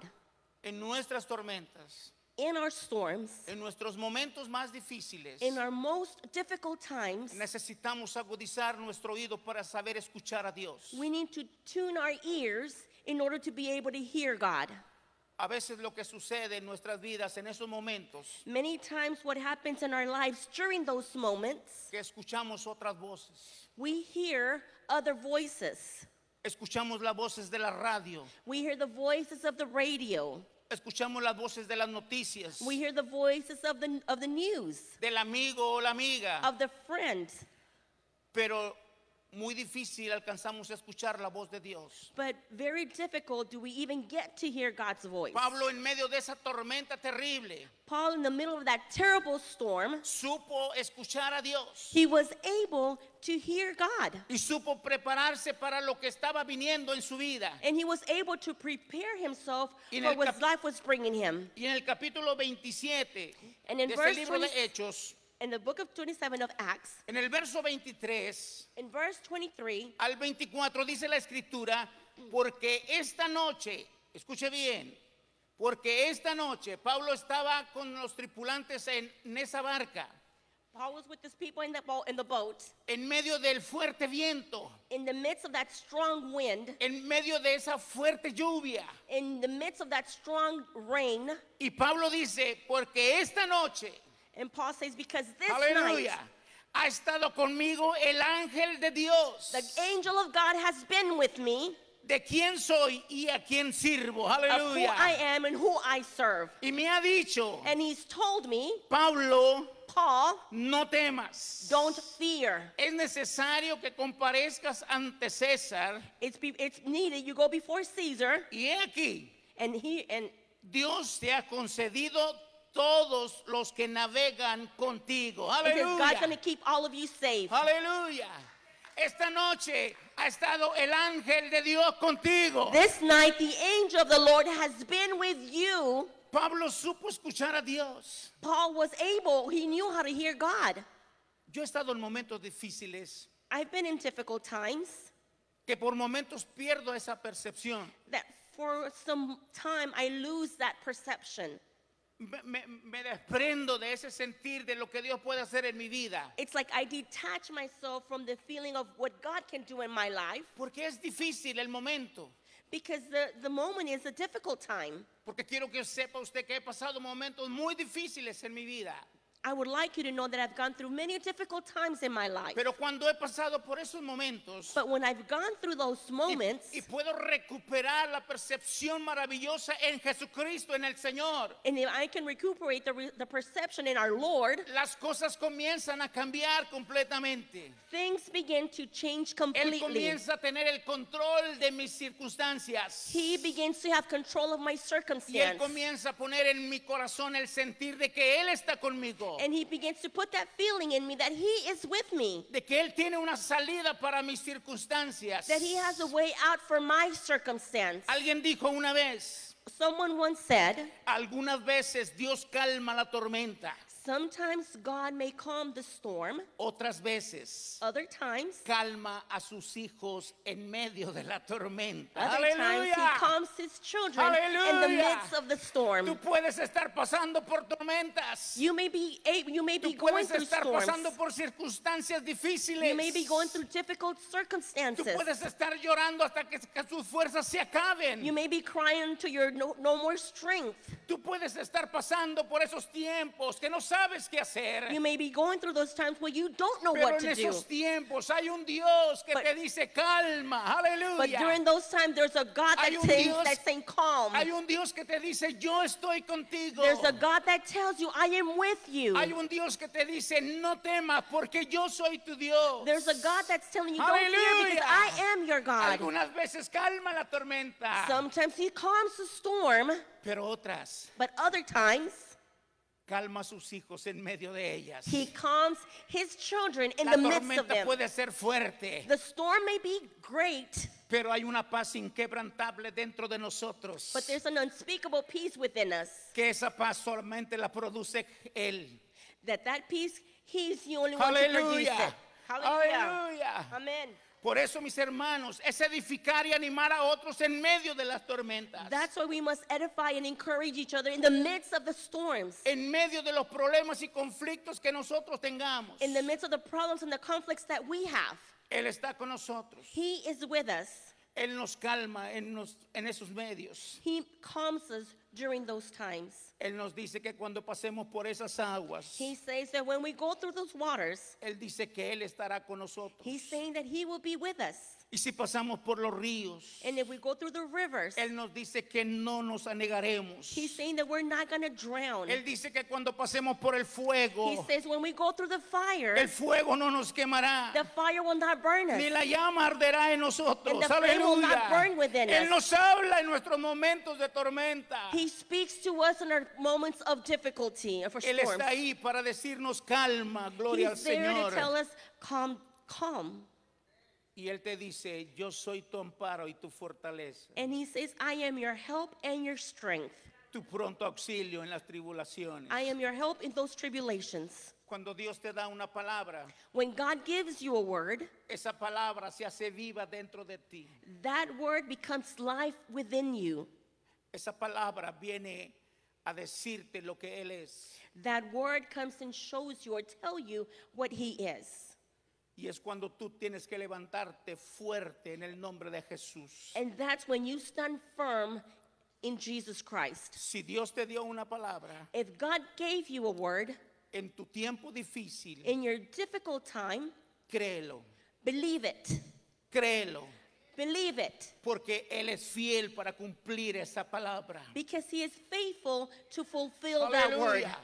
[SPEAKER 1] En nuestras tormentas,
[SPEAKER 2] In our storms,
[SPEAKER 1] en nuestros momentos más difíciles,
[SPEAKER 2] in our most difficult times,
[SPEAKER 1] necesitamos agudizar nuestro oído para saber escuchar a Dios.
[SPEAKER 2] we need to tune our ears in order to be able to hear God.
[SPEAKER 1] A veces lo que sucede en nuestras vidas en esos momentos
[SPEAKER 2] Many times, what happens in our lives during those moments,
[SPEAKER 1] que escuchamos otras voces.
[SPEAKER 2] we hear other voices.
[SPEAKER 1] Escuchamos las voces de la radio,
[SPEAKER 2] We hear the voices of the radio.
[SPEAKER 1] escuchamos las voces de las noticias,
[SPEAKER 2] We hear the voices of the, of the news,
[SPEAKER 1] del amigo o la amiga,
[SPEAKER 2] of the friend.
[SPEAKER 1] pero muy difícil alcanzamos a escuchar la voz de Dios.
[SPEAKER 2] But very difficult do we even get to hear God's voice.
[SPEAKER 1] Pablo en medio de esa tormenta terrible
[SPEAKER 2] Paul, in the middle of that terrible storm,
[SPEAKER 1] supo escuchar a Dios
[SPEAKER 2] he was able to hear God.
[SPEAKER 1] y supo prepararse para lo que estaba viniendo en su vida.
[SPEAKER 2] And he was able to prepare himself
[SPEAKER 1] Y en
[SPEAKER 2] for
[SPEAKER 1] el
[SPEAKER 2] what
[SPEAKER 1] cap-
[SPEAKER 2] life was bringing him.
[SPEAKER 1] Y en el capítulo 27
[SPEAKER 2] And
[SPEAKER 1] de
[SPEAKER 2] in
[SPEAKER 1] este
[SPEAKER 2] verse
[SPEAKER 1] libro de
[SPEAKER 2] 20
[SPEAKER 1] Hechos,
[SPEAKER 2] In the book of 27 of Acts,
[SPEAKER 1] en el verso 23
[SPEAKER 2] in verse 23,
[SPEAKER 1] al 24 dice la escritura, porque esta noche, escuche bien, porque esta noche Pablo estaba con los tripulantes en, en esa barca,
[SPEAKER 2] Paul was with his people in the, bo- in the boat
[SPEAKER 1] en medio del fuerte viento,
[SPEAKER 2] in the midst of that strong wind,
[SPEAKER 1] en medio de esa fuerte lluvia.
[SPEAKER 2] in the midst of that strong rain.
[SPEAKER 1] Y Pablo dice, porque esta noche,
[SPEAKER 2] And Paul says, Because this
[SPEAKER 1] aleluya,
[SPEAKER 2] night
[SPEAKER 1] ha estado conmigo el ángel de Dios,
[SPEAKER 2] the angel of God has been with me,
[SPEAKER 1] de quién soy y a quién sirvo,
[SPEAKER 2] of who I
[SPEAKER 1] aleluya.
[SPEAKER 2] am and who I serve.
[SPEAKER 1] Y me ha dicho,
[SPEAKER 2] And he's told me,
[SPEAKER 1] Pablo,
[SPEAKER 2] Paul,
[SPEAKER 1] no temas.
[SPEAKER 2] don't fear.
[SPEAKER 1] Es necesario que comparezcas ante César.
[SPEAKER 2] It's, be, it's needed. You go before Caesar,
[SPEAKER 1] Y he aquí,
[SPEAKER 2] and he and
[SPEAKER 1] Dios te ha concedido todos los que navegan contigo.
[SPEAKER 2] because God's going to
[SPEAKER 1] Aleluya.
[SPEAKER 2] keep all of you safe.
[SPEAKER 1] Aleluya. Esta noche ha estado el ángel de Dios contigo.
[SPEAKER 2] This night, the angel of the Lord has been with you.
[SPEAKER 1] Pablo supo escuchar a Dios.
[SPEAKER 2] Paul was able, he knew how to hear God.
[SPEAKER 1] Yo he estado en momentos difíciles
[SPEAKER 2] I've been in difficult times
[SPEAKER 1] que por momentos pierdo esa percepción.
[SPEAKER 2] that for some time I lose that perception.
[SPEAKER 1] Me, me- me desprendo de ese sentir de lo que Dios puede hacer en mi vida.
[SPEAKER 2] It's like I detach myself from the feeling of what God can do in my life
[SPEAKER 1] Porque es difícil el momento.
[SPEAKER 2] because the, the moment is a difficult time.
[SPEAKER 1] Porque quiero que sepa usted que he pasado momentos muy difíciles en mi vida.
[SPEAKER 2] I would like you to know that I've gone through many difficult times in my life.
[SPEAKER 1] Pero cuando he pasado por esos momentos
[SPEAKER 2] But when I've gone through those
[SPEAKER 1] y-
[SPEAKER 2] moments,
[SPEAKER 1] y, puedo recuperar la percepción maravillosa en Jesucristo, en el Señor,
[SPEAKER 2] and if I can recuperate the, re- the perception in our Lord,
[SPEAKER 1] las cosas comienzan a cambiar completamente.
[SPEAKER 2] things begin to change
[SPEAKER 1] Él
[SPEAKER 2] completely.
[SPEAKER 1] comienza a tener el control de mis circunstancias.
[SPEAKER 2] He begins to have control of my
[SPEAKER 1] Y Él
[SPEAKER 2] circumstance.
[SPEAKER 1] comienza a poner en mi corazón el sentir de que Él está conmigo,
[SPEAKER 2] And he begins to put that feeling in me that he is with me,
[SPEAKER 1] de que Él tiene una salida para mis circunstancias.
[SPEAKER 2] that he has a way out for my circumstance.
[SPEAKER 1] Alguien dijo una vez,
[SPEAKER 2] Someone once said,
[SPEAKER 1] Algunas veces Dios calma la tormenta,
[SPEAKER 2] Sometimes God may calm the storm,
[SPEAKER 1] otras veces
[SPEAKER 2] other times,
[SPEAKER 1] calma a sus hijos en medio de la tormenta.
[SPEAKER 2] other times he
[SPEAKER 1] Aleluya.
[SPEAKER 2] calms his children in the
[SPEAKER 1] Hallelujah.
[SPEAKER 2] midst of the storm.
[SPEAKER 1] Tú puedes estar pasando por tormentas.
[SPEAKER 2] You may be a- you may be
[SPEAKER 1] Tú
[SPEAKER 2] going
[SPEAKER 1] puedes
[SPEAKER 2] through
[SPEAKER 1] estar
[SPEAKER 2] storms.
[SPEAKER 1] pasando por circunstancias difíciles.
[SPEAKER 2] You may be going through difficult
[SPEAKER 1] Tú
[SPEAKER 2] circumstances.
[SPEAKER 1] puedes estar llorando hasta que, que sus fuerzas se
[SPEAKER 2] You
[SPEAKER 1] acaben.
[SPEAKER 2] may be crying to your no, no more strength.
[SPEAKER 1] Tú puedes estar pasando por esos tiempos que no sabes qué hacer.
[SPEAKER 2] You may be going through those times where you don't know
[SPEAKER 1] Pero
[SPEAKER 2] what
[SPEAKER 1] en
[SPEAKER 2] to do.
[SPEAKER 1] esos tiempos hay un Dios que
[SPEAKER 2] But-
[SPEAKER 1] te dice calma, aleluya.
[SPEAKER 2] But during those times, there's a God that
[SPEAKER 1] Hay un
[SPEAKER 2] says,
[SPEAKER 1] Dios-
[SPEAKER 2] that's saying calm.
[SPEAKER 1] Hay un Dios que te dice, yo estoy contigo.
[SPEAKER 2] There's a God that tells you, I am with you.
[SPEAKER 1] Hay un Dios que te dice, no temas porque yo soy tu Dios.
[SPEAKER 2] There's a God that's telling you, don't fear
[SPEAKER 1] Hallelujah.
[SPEAKER 2] because I am your God.
[SPEAKER 1] Algunas veces calma la tormenta,
[SPEAKER 2] Sometimes He calms the storm,
[SPEAKER 1] pero otras
[SPEAKER 2] but other times
[SPEAKER 1] calma a sus hijos en medio de ellas.
[SPEAKER 2] He calms His children in
[SPEAKER 1] la
[SPEAKER 2] the midst of
[SPEAKER 1] tormenta
[SPEAKER 2] them.
[SPEAKER 1] puede ser fuerte,
[SPEAKER 2] The storm may be great,
[SPEAKER 1] pero hay una paz inquebrantable dentro de nosotros.
[SPEAKER 2] but there's an unspeakable peace within us.
[SPEAKER 1] que esa paz solamente la produce Él.
[SPEAKER 2] That that peace, He's the only one to produce it.
[SPEAKER 1] Aleluya.
[SPEAKER 2] Hallelujah.
[SPEAKER 1] Aleluya.
[SPEAKER 2] Amen.
[SPEAKER 1] Por eso, mis hermanos, es edificar y animar a otros en medio de las tormentas,
[SPEAKER 2] That's why we must edify and encourage each other in the midst of the storms,
[SPEAKER 1] en medio de los problemas y conflictos que nosotros tengamos.
[SPEAKER 2] in the midst of the problems and the conflicts that we have.
[SPEAKER 1] Él está con nosotros.
[SPEAKER 2] He is with us.
[SPEAKER 1] Él nos calma en, nos- en esos medios.
[SPEAKER 2] He calms us during those times.
[SPEAKER 1] Él nos dice que cuando pasemos por esas aguas,
[SPEAKER 2] He says that when we go through those waters,
[SPEAKER 1] Él dice que Él estará con nosotros.
[SPEAKER 2] He's saying that He will be with us.
[SPEAKER 1] Y si pasamos por los ríos,
[SPEAKER 2] And if we go through the rivers,
[SPEAKER 1] Él nos dice que no nos anegaremos.
[SPEAKER 2] He's saying that we're not going to drown.
[SPEAKER 1] Él dice que cuando pasemos por el fuego,
[SPEAKER 2] He says when we go through the fire,
[SPEAKER 1] el fuego no nos quemará.
[SPEAKER 2] the fire will not burn us.
[SPEAKER 1] Ni la llama arderá en nosotros.
[SPEAKER 2] And the flame will not
[SPEAKER 1] Aleluya.
[SPEAKER 2] burn within
[SPEAKER 1] Él nos
[SPEAKER 2] us.
[SPEAKER 1] habla en nuestros momentos de tormenta.
[SPEAKER 2] He speaks to us in our moments of difficulty, of our
[SPEAKER 1] Él
[SPEAKER 2] storms.
[SPEAKER 1] está ahí para decirnos calma, gloria al
[SPEAKER 2] He's there to tell
[SPEAKER 1] Señor.
[SPEAKER 2] us, calm, calm.
[SPEAKER 1] Y Él te dice, yo soy tu amparo y tu fortaleza,
[SPEAKER 2] And he says, I am your help and your strength.
[SPEAKER 1] tu pronto auxilio en las tribulaciones.
[SPEAKER 2] I am your help in those tribulations.
[SPEAKER 1] Cuando Dios te da una palabra,
[SPEAKER 2] When God gives you a word,
[SPEAKER 1] esa palabra se hace viva dentro de ti.
[SPEAKER 2] that word becomes life within you.
[SPEAKER 1] Esa palabra viene a decirte lo que Él es.
[SPEAKER 2] That word comes and shows you or tell you what he is.
[SPEAKER 1] Y es cuando tú tienes que levantarte fuerte en el nombre de Jesús.
[SPEAKER 2] And that's when you stand firm in Jesus Christ.
[SPEAKER 1] Si Dios te dio una palabra
[SPEAKER 2] If God gave you a word
[SPEAKER 1] en tu tiempo difícil,
[SPEAKER 2] in your difficult time,
[SPEAKER 1] créelo,
[SPEAKER 2] believe it.
[SPEAKER 1] créelo,
[SPEAKER 2] Believe it.
[SPEAKER 1] porque Él es fiel para cumplir esa palabra.
[SPEAKER 2] Because he is faithful to fulfill that word.
[SPEAKER 1] Aleluya.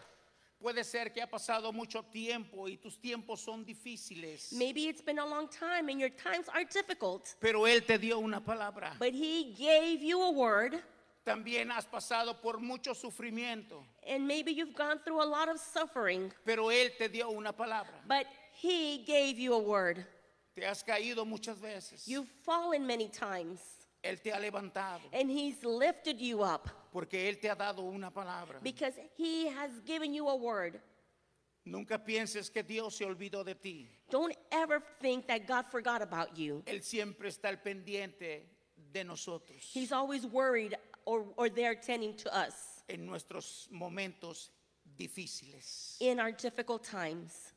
[SPEAKER 1] Puede ser que ha pasado mucho tiempo y tus tiempos son difíciles,
[SPEAKER 2] Maybe it's been a long time and your times are difficult,
[SPEAKER 1] pero Él te dio una palabra.
[SPEAKER 2] but he gave you a word,
[SPEAKER 1] También has pasado por mucho sufrimiento,
[SPEAKER 2] and maybe you've gone through a lot of suffering,
[SPEAKER 1] pero Él te dio una palabra.
[SPEAKER 2] but he gave you a word.
[SPEAKER 1] Te has caído muchas veces.
[SPEAKER 2] You've fallen many times,
[SPEAKER 1] Él te ha levantado
[SPEAKER 2] and he's lifted you up
[SPEAKER 1] porque Él te ha dado una palabra.
[SPEAKER 2] because he has given you a word.
[SPEAKER 1] Nunca pienses que Dios se olvidó de ti.
[SPEAKER 2] Don't ever think that God forgot about you.
[SPEAKER 1] Él siempre está al pendiente de nosotros
[SPEAKER 2] He's always worried or, or there tending to us
[SPEAKER 1] en nuestros momentos difíciles.
[SPEAKER 2] in our difficult times.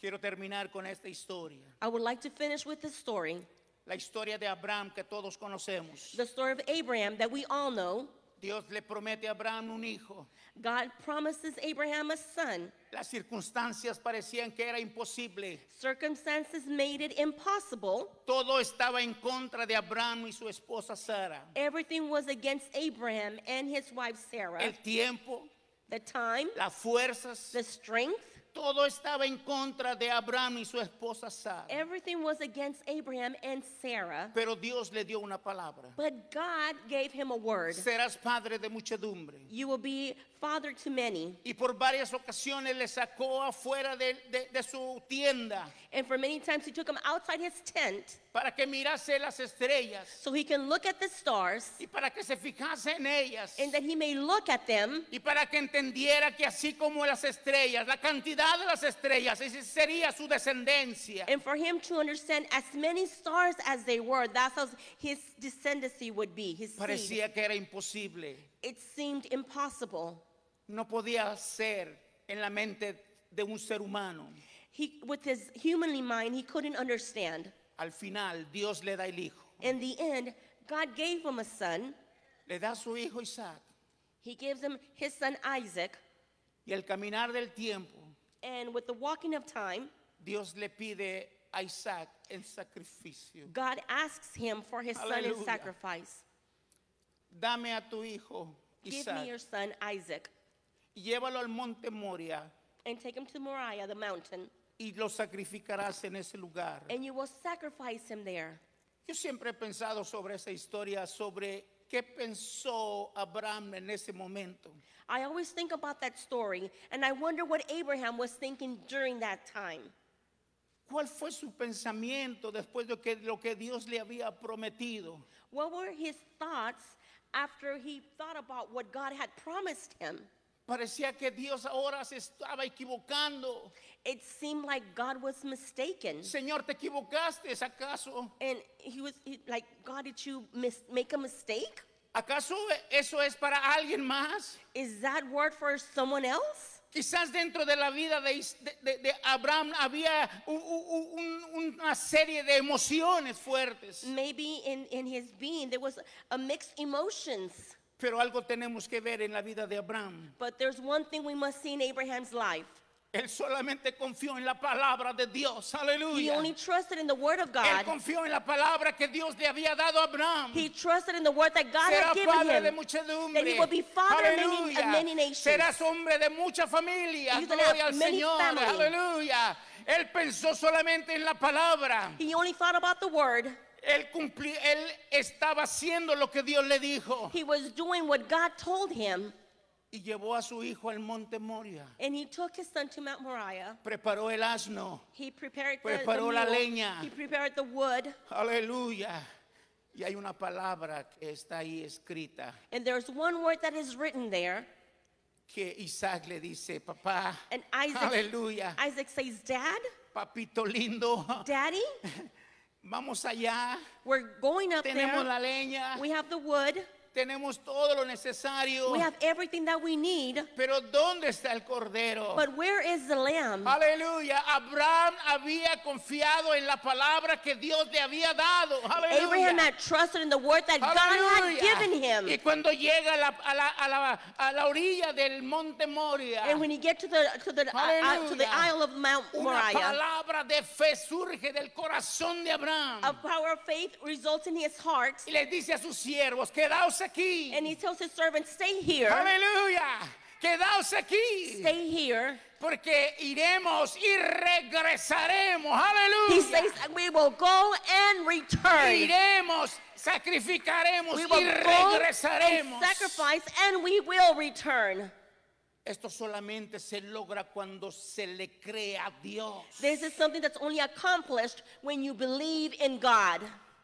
[SPEAKER 1] Quiero terminar con esta historia.
[SPEAKER 2] I would like to finish with this story
[SPEAKER 1] La historia de Abraham que todos conocemos.
[SPEAKER 2] the story of Abraham that we all know.
[SPEAKER 1] Dios le promete a Abraham un hijo.
[SPEAKER 2] God promises Abraham a son.
[SPEAKER 1] Las circunstancias parecían que era imposible.
[SPEAKER 2] Circumstances made it impossible.
[SPEAKER 1] Todo estaba en contra de Abraham y su esposa Sara.
[SPEAKER 2] Everything was against Abraham and his wife Sarah.
[SPEAKER 1] El tiempo,
[SPEAKER 2] The time,
[SPEAKER 1] las fuerzas,
[SPEAKER 2] the strength,
[SPEAKER 1] todo estaba en contra de Abraham y su esposa Sara.
[SPEAKER 2] everything was against Abraham and Sarah.
[SPEAKER 1] Pero Dios le dio una palabra.
[SPEAKER 2] But God gave him a word
[SPEAKER 1] Serás padre de muchedumbre.
[SPEAKER 2] You will be father to many.
[SPEAKER 1] Y por varias ocasiones le sacó afuera de, de- de su tienda
[SPEAKER 2] And for many times, he took him outside his tent
[SPEAKER 1] para que mirase las estrellas
[SPEAKER 2] so he can look at the stars
[SPEAKER 1] y para que se fijase en ellas.
[SPEAKER 2] and that he may look at them
[SPEAKER 1] Y para que entendiera que así como las estrellas, la cantidad de las estrellas, esa sería su descendencia.
[SPEAKER 2] and for him to understand as many stars as they were. That's how his descendancy would be. His seed.
[SPEAKER 1] Parecía que era imposible.
[SPEAKER 2] It seemed impossible.
[SPEAKER 1] No podía ser en la mente de un ser humano.
[SPEAKER 2] He, with his humanly mind, he couldn't understand.
[SPEAKER 1] Al final, Dios le da el hijo.
[SPEAKER 2] In the end, God gave him a son.
[SPEAKER 1] Le da a su hijo Isaac.
[SPEAKER 2] He gives him his son Isaac.
[SPEAKER 1] Y al caminar del tiempo,
[SPEAKER 2] And with the walking of time,
[SPEAKER 1] Dios le pide a Isaac en sacrificio.
[SPEAKER 2] God asks him for his son
[SPEAKER 1] Hallelujah.
[SPEAKER 2] in sacrifice.
[SPEAKER 1] Dame a tu hijo
[SPEAKER 2] Give me your
[SPEAKER 1] Isaac
[SPEAKER 2] son Isaac
[SPEAKER 1] y llévalo al monte Moria
[SPEAKER 2] and take him to Moriah, the mountain,
[SPEAKER 1] y lo sacrificarás en ese lugar.
[SPEAKER 2] and you will sacrifice him there.
[SPEAKER 1] Yo siempre he pensado sobre esa historia, sobre qué pensó Abraham en ese momento.
[SPEAKER 2] I always think about that story, and I wonder what Abraham was thinking during that time.
[SPEAKER 1] ¿Cuál fue su pensamiento después de que, lo que Dios le había prometido?
[SPEAKER 2] What were his thoughts after he thought about what God had promised him?
[SPEAKER 1] Parecía que Dios ahora se estaba equivocando.
[SPEAKER 2] It seemed like God was mistaken.
[SPEAKER 1] Señor, ¿te equivocaste acaso?
[SPEAKER 2] And he was he- like, God, did you mis- make a mistake?
[SPEAKER 1] ¿Acaso eso es para alguien más?
[SPEAKER 2] Is that word for someone else?
[SPEAKER 1] Quizás dentro de la vida de, Is- de- de- de Abraham había u- u- un- una serie de
[SPEAKER 2] Mm.
[SPEAKER 1] emociones fuertes,
[SPEAKER 2] Maybe in, in his being there was a mixed emotions.
[SPEAKER 1] Pero algo tenemos que ver en la vida de Abraham.
[SPEAKER 2] But there's one thing we must see in Abraham's life.
[SPEAKER 1] Él solamente confió en la palabra de Dios.
[SPEAKER 2] He
[SPEAKER 1] Aleluya.
[SPEAKER 2] only trusted in the word of
[SPEAKER 1] Él
[SPEAKER 2] God.
[SPEAKER 1] confió en la palabra que Dios le había dado a Abraham.
[SPEAKER 2] He trusted in the word that God
[SPEAKER 1] Será
[SPEAKER 2] had
[SPEAKER 1] padre
[SPEAKER 2] given
[SPEAKER 1] de
[SPEAKER 2] him.
[SPEAKER 1] muchedumbre.
[SPEAKER 2] will be father of many- of
[SPEAKER 1] Aleluya.
[SPEAKER 2] many nations.
[SPEAKER 1] Serás hombre de mucha familia.
[SPEAKER 2] You're gonna
[SPEAKER 1] Gloria
[SPEAKER 2] have
[SPEAKER 1] al
[SPEAKER 2] many
[SPEAKER 1] Señor.
[SPEAKER 2] families.
[SPEAKER 1] Aleluya. Él pensó solamente en la palabra.
[SPEAKER 2] He only thought about the word.
[SPEAKER 1] Él cumplí- él estaba haciendo lo que Dios le dijo
[SPEAKER 2] He was doing what God told him,
[SPEAKER 1] y llevó a su hijo al monte Moria.
[SPEAKER 2] and he took his son to Mount Moriah.
[SPEAKER 1] Preparó el asno.
[SPEAKER 2] He prepared the, the
[SPEAKER 1] Preparó la
[SPEAKER 2] meal.
[SPEAKER 1] leña.
[SPEAKER 2] He prepared the wood,
[SPEAKER 1] Aleluya. Y hay una palabra que está ahí escrita
[SPEAKER 2] and there's one word that is written there,
[SPEAKER 1] que Isaac le dice, papá.
[SPEAKER 2] and Isaac.
[SPEAKER 1] Aleluya.
[SPEAKER 2] Isaac says, "Dad,
[SPEAKER 1] Papito lindo,
[SPEAKER 2] Daddy,
[SPEAKER 1] vamos allá.
[SPEAKER 2] we're going up
[SPEAKER 1] Tenemos
[SPEAKER 2] there.
[SPEAKER 1] la leña.
[SPEAKER 2] We have the wood.
[SPEAKER 1] Tenemos todo lo necesario.
[SPEAKER 2] We have everything that we need.
[SPEAKER 1] Pero ¿dónde está el cordero?
[SPEAKER 2] But where is the lamb?"
[SPEAKER 1] Aleluya. Abraham había confiado en la palabra que Dios le había dado.
[SPEAKER 2] Abraham
[SPEAKER 1] Aleluya.
[SPEAKER 2] had trusted in the word that
[SPEAKER 1] Aleluya.
[SPEAKER 2] God had given
[SPEAKER 1] Y
[SPEAKER 2] him.
[SPEAKER 1] cuando llega a la, a la- a la- a la orilla del monte Moria,
[SPEAKER 2] And when he get to the to the uh, to
[SPEAKER 1] Aleluya.
[SPEAKER 2] the Isle of Mount
[SPEAKER 1] una
[SPEAKER 2] Moriah,
[SPEAKER 1] palabra de fe surge del corazón de Abraham.
[SPEAKER 2] a power of faith results in his heart,
[SPEAKER 1] y les dice a sus siervos, quedaos aquí.
[SPEAKER 2] and he tells his servant, "Stay here,
[SPEAKER 1] Aleluya. Quedaos aquí.
[SPEAKER 2] stay here."
[SPEAKER 1] Porque iremos y regresaremos.
[SPEAKER 2] He
[SPEAKER 1] Aleluya.
[SPEAKER 2] says, "We will go and return.
[SPEAKER 1] Iremos, sacrificaremos
[SPEAKER 2] We
[SPEAKER 1] y
[SPEAKER 2] will go and
[SPEAKER 1] regresaremos.
[SPEAKER 2] sacrifice, and we will return."
[SPEAKER 1] Esto solamente se logra cuando se le cree a Dios.
[SPEAKER 2] This is something that's only accomplished when you believe in God.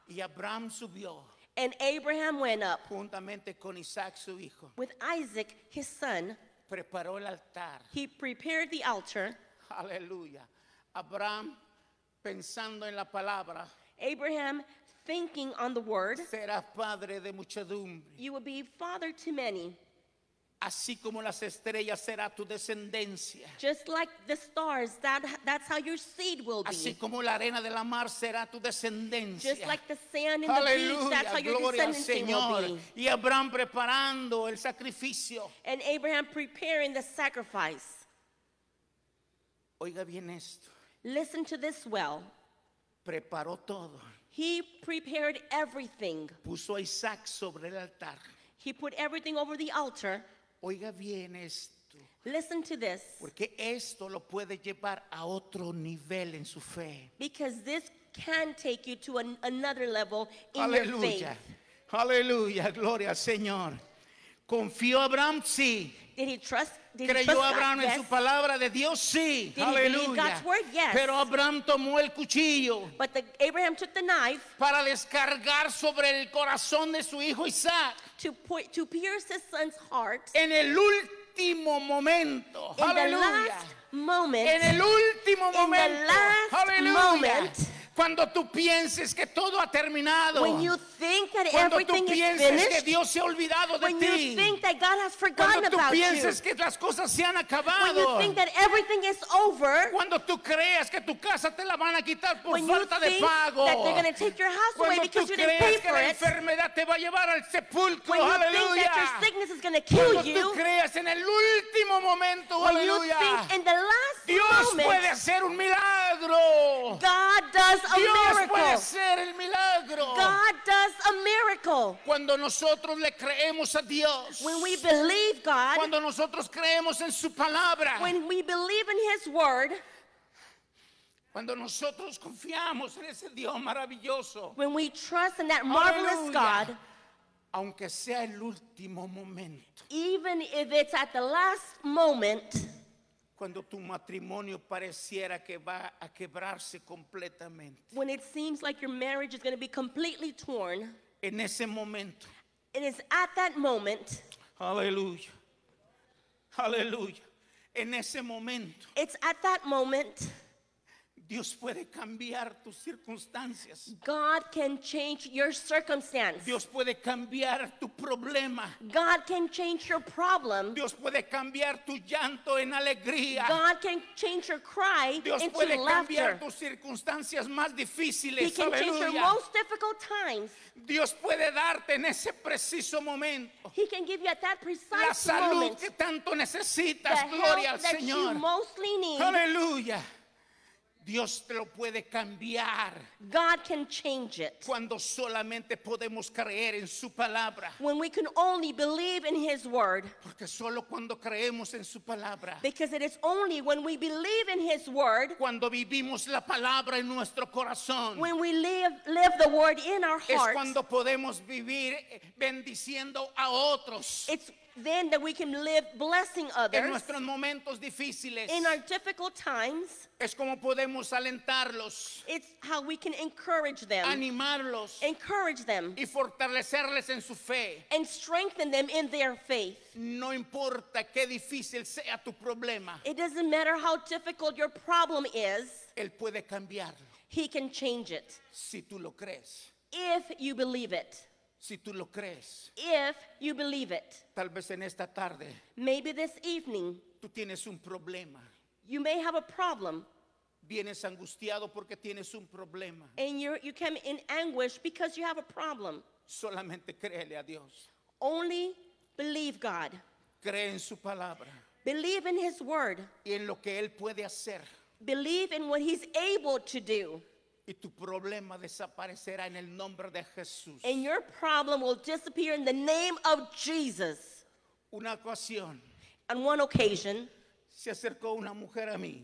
[SPEAKER 1] Y Abraham subió
[SPEAKER 2] And Abraham went up
[SPEAKER 1] juntamente con Isaac su hijo.
[SPEAKER 2] with Isaac, his son.
[SPEAKER 1] Preparó el altar.
[SPEAKER 2] He prepared the altar.
[SPEAKER 1] Aleluya. Abraham pensando en la palabra,
[SPEAKER 2] Abraham, thinking on the word,
[SPEAKER 1] serás padre de muchedumbre.
[SPEAKER 2] you will be father to many.
[SPEAKER 1] Así como las estrellas será tu descendencia.
[SPEAKER 2] Just like the stars, that, that's how your seed will
[SPEAKER 1] Así
[SPEAKER 2] be.
[SPEAKER 1] como la arena de la mar será tu descendencia.
[SPEAKER 2] Just like the sand in the beach,
[SPEAKER 1] Aleluya,
[SPEAKER 2] that's how your
[SPEAKER 1] gloria al
[SPEAKER 2] descendancy will
[SPEAKER 1] Señor.
[SPEAKER 2] be.
[SPEAKER 1] Y Abraham preparando el sacrificio.
[SPEAKER 2] And Abraham preparing the sacrifice.
[SPEAKER 1] Oiga bien esto.
[SPEAKER 2] Listen to this well.
[SPEAKER 1] Preparó todo.
[SPEAKER 2] He prepared everything.
[SPEAKER 1] Puso a Isaac sobre el altar.
[SPEAKER 2] He put everything over the altar.
[SPEAKER 1] Oiga bien esto.
[SPEAKER 2] Listen to this,
[SPEAKER 1] Porque esto lo puede llevar a otro nivel en su fe.
[SPEAKER 2] because this can take you to an, another level in your faith.
[SPEAKER 1] Aleluya. Aleluya. Gloria al Señor. ¿Confió Abraham? Sí.
[SPEAKER 2] Did he trust? Did he trust
[SPEAKER 1] ¿Creyó
[SPEAKER 2] God?
[SPEAKER 1] Abraham en
[SPEAKER 2] Yes.
[SPEAKER 1] su palabra de Dios? Sí.
[SPEAKER 2] Did he believe
[SPEAKER 1] Aleluya.
[SPEAKER 2] God's word? Yes.
[SPEAKER 1] Pero Abraham tomó el cuchillo
[SPEAKER 2] But the, Abraham took the knife
[SPEAKER 1] para descargar sobre el corazón de su hijo Isaac
[SPEAKER 2] to put, to pierce his son's heart.
[SPEAKER 1] en el último momento.
[SPEAKER 2] In the
[SPEAKER 1] Aleluya.
[SPEAKER 2] last moment,
[SPEAKER 1] En el último
[SPEAKER 2] in the
[SPEAKER 1] momento.
[SPEAKER 2] last
[SPEAKER 1] Aleluya.
[SPEAKER 2] moment.
[SPEAKER 1] Cuando tú pienses que todo ha terminado.
[SPEAKER 2] when you think that
[SPEAKER 1] Cuando tú
[SPEAKER 2] everything is
[SPEAKER 1] pienses que
[SPEAKER 2] finished,
[SPEAKER 1] Dios se ha olvidado de
[SPEAKER 2] when you
[SPEAKER 1] ti.
[SPEAKER 2] think that God has
[SPEAKER 1] Cuando
[SPEAKER 2] forgotten
[SPEAKER 1] tú
[SPEAKER 2] about you,
[SPEAKER 1] pienses que las cosas se han
[SPEAKER 2] when
[SPEAKER 1] acabado.
[SPEAKER 2] you think that everything is over,
[SPEAKER 1] Cuando tú creas que tu casa te la van a quitar por
[SPEAKER 2] when you
[SPEAKER 1] falta de
[SPEAKER 2] think
[SPEAKER 1] pago.
[SPEAKER 2] that they're going to take your house away
[SPEAKER 1] Cuando tú
[SPEAKER 2] because you didn't pay
[SPEAKER 1] creas que
[SPEAKER 2] for
[SPEAKER 1] la
[SPEAKER 2] it,
[SPEAKER 1] enfermedad te va a llevar al sepulcro,
[SPEAKER 2] when you think that
[SPEAKER 1] aleluya.
[SPEAKER 2] your sickness is going to
[SPEAKER 1] Cuando
[SPEAKER 2] kill
[SPEAKER 1] tú
[SPEAKER 2] you,
[SPEAKER 1] creas en el último momento,
[SPEAKER 2] when you
[SPEAKER 1] aleluya.
[SPEAKER 2] think in the last
[SPEAKER 1] Dios
[SPEAKER 2] moment,
[SPEAKER 1] puede hacer un milagro.
[SPEAKER 2] God does a
[SPEAKER 1] Dios puede
[SPEAKER 2] miracle.
[SPEAKER 1] hacer el milagro.
[SPEAKER 2] God does a miracle.
[SPEAKER 1] Cuando nosotros le creemos a Dios,
[SPEAKER 2] When we believe God,
[SPEAKER 1] cuando nosotros creemos en su palabra,
[SPEAKER 2] when we believe in His word,
[SPEAKER 1] cuando nosotros confiamos en ese Dios maravilloso,
[SPEAKER 2] when we trust in that marvelous
[SPEAKER 1] Aleluya.
[SPEAKER 2] God,
[SPEAKER 1] aunque sea el último momento,
[SPEAKER 2] even if it's at the last moment,
[SPEAKER 1] cuando tu matrimonio pareciera que va a quebrarse completamente,
[SPEAKER 2] when it seems like your marriage is going to be completely torn,
[SPEAKER 1] en ese momento,
[SPEAKER 2] it is at that moment,
[SPEAKER 1] aleluya, aleluya, en ese momento
[SPEAKER 2] it's at that moment
[SPEAKER 1] Dios puede cambiar tus circunstancias.
[SPEAKER 2] God can change your circumstance.
[SPEAKER 1] Dios puede cambiar tu problema.
[SPEAKER 2] God can change your problem.
[SPEAKER 1] Dios puede cambiar tu llanto en alegría.
[SPEAKER 2] God can change your cry
[SPEAKER 1] Dios
[SPEAKER 2] into
[SPEAKER 1] puede cambiar
[SPEAKER 2] laughter.
[SPEAKER 1] tus circunstancias más
[SPEAKER 2] He
[SPEAKER 1] difíciles.
[SPEAKER 2] can change your
[SPEAKER 1] Aleluya.
[SPEAKER 2] most difficult times.
[SPEAKER 1] Dios puede darte en ese preciso momento
[SPEAKER 2] He can give you at that
[SPEAKER 1] la
[SPEAKER 2] precise
[SPEAKER 1] salud
[SPEAKER 2] moment
[SPEAKER 1] que tanto
[SPEAKER 2] the
[SPEAKER 1] necesitas. Gloria al
[SPEAKER 2] help that you
[SPEAKER 1] Señor.
[SPEAKER 2] mostly need.
[SPEAKER 1] Aleluya. Dios te lo puede cambiar
[SPEAKER 2] God can change it.
[SPEAKER 1] cuando solamente podemos creer en su palabra.
[SPEAKER 2] When we can only believe in His word,
[SPEAKER 1] Porque solo cuando creemos en su palabra,
[SPEAKER 2] because it is only when we believe in His word,
[SPEAKER 1] cuando vivimos la palabra en nuestro corazón,
[SPEAKER 2] when we live live the word in our
[SPEAKER 1] es
[SPEAKER 2] hearts,
[SPEAKER 1] cuando podemos vivir eh, bendiciendo a otros
[SPEAKER 2] it's then that we can live blessing
[SPEAKER 1] en
[SPEAKER 2] others
[SPEAKER 1] nuestros momentos difíciles.
[SPEAKER 2] in our difficult times.
[SPEAKER 1] Es como podemos alentarlos,
[SPEAKER 2] It's how we can encourage them,
[SPEAKER 1] animarlos
[SPEAKER 2] Em. encourage them,
[SPEAKER 1] y fortalecerles en su fe.
[SPEAKER 2] and strengthen them in their faith.
[SPEAKER 1] No importa qué difícil sea tu problema,
[SPEAKER 2] It doesn't matter how difficult your problem is,
[SPEAKER 1] Él puede cambiarlo
[SPEAKER 2] He can change it
[SPEAKER 1] si tú lo crees.
[SPEAKER 2] if you believe it.
[SPEAKER 1] Si tú lo crees,
[SPEAKER 2] If you believe it.
[SPEAKER 1] tal vez en esta tarde
[SPEAKER 2] Maybe this evening
[SPEAKER 1] tú tienes un problema.
[SPEAKER 2] you may have a problem
[SPEAKER 1] Vienes angustiado porque tienes un problema.
[SPEAKER 2] and you you come in anguish because you have a problem.
[SPEAKER 1] Solamente créele a Dios.
[SPEAKER 2] Only believe God.
[SPEAKER 1] Cree en su palabra
[SPEAKER 2] Believe in His Word.
[SPEAKER 1] y en lo que Él puede hacer.
[SPEAKER 2] Believe in what He's able to do.
[SPEAKER 1] Y tu problema desaparecerá en el nombre de Jesús.
[SPEAKER 2] And your problem will disappear in the name of Jesus.
[SPEAKER 1] Una ocasión
[SPEAKER 2] On one occasion,
[SPEAKER 1] se acercó una mujer a mí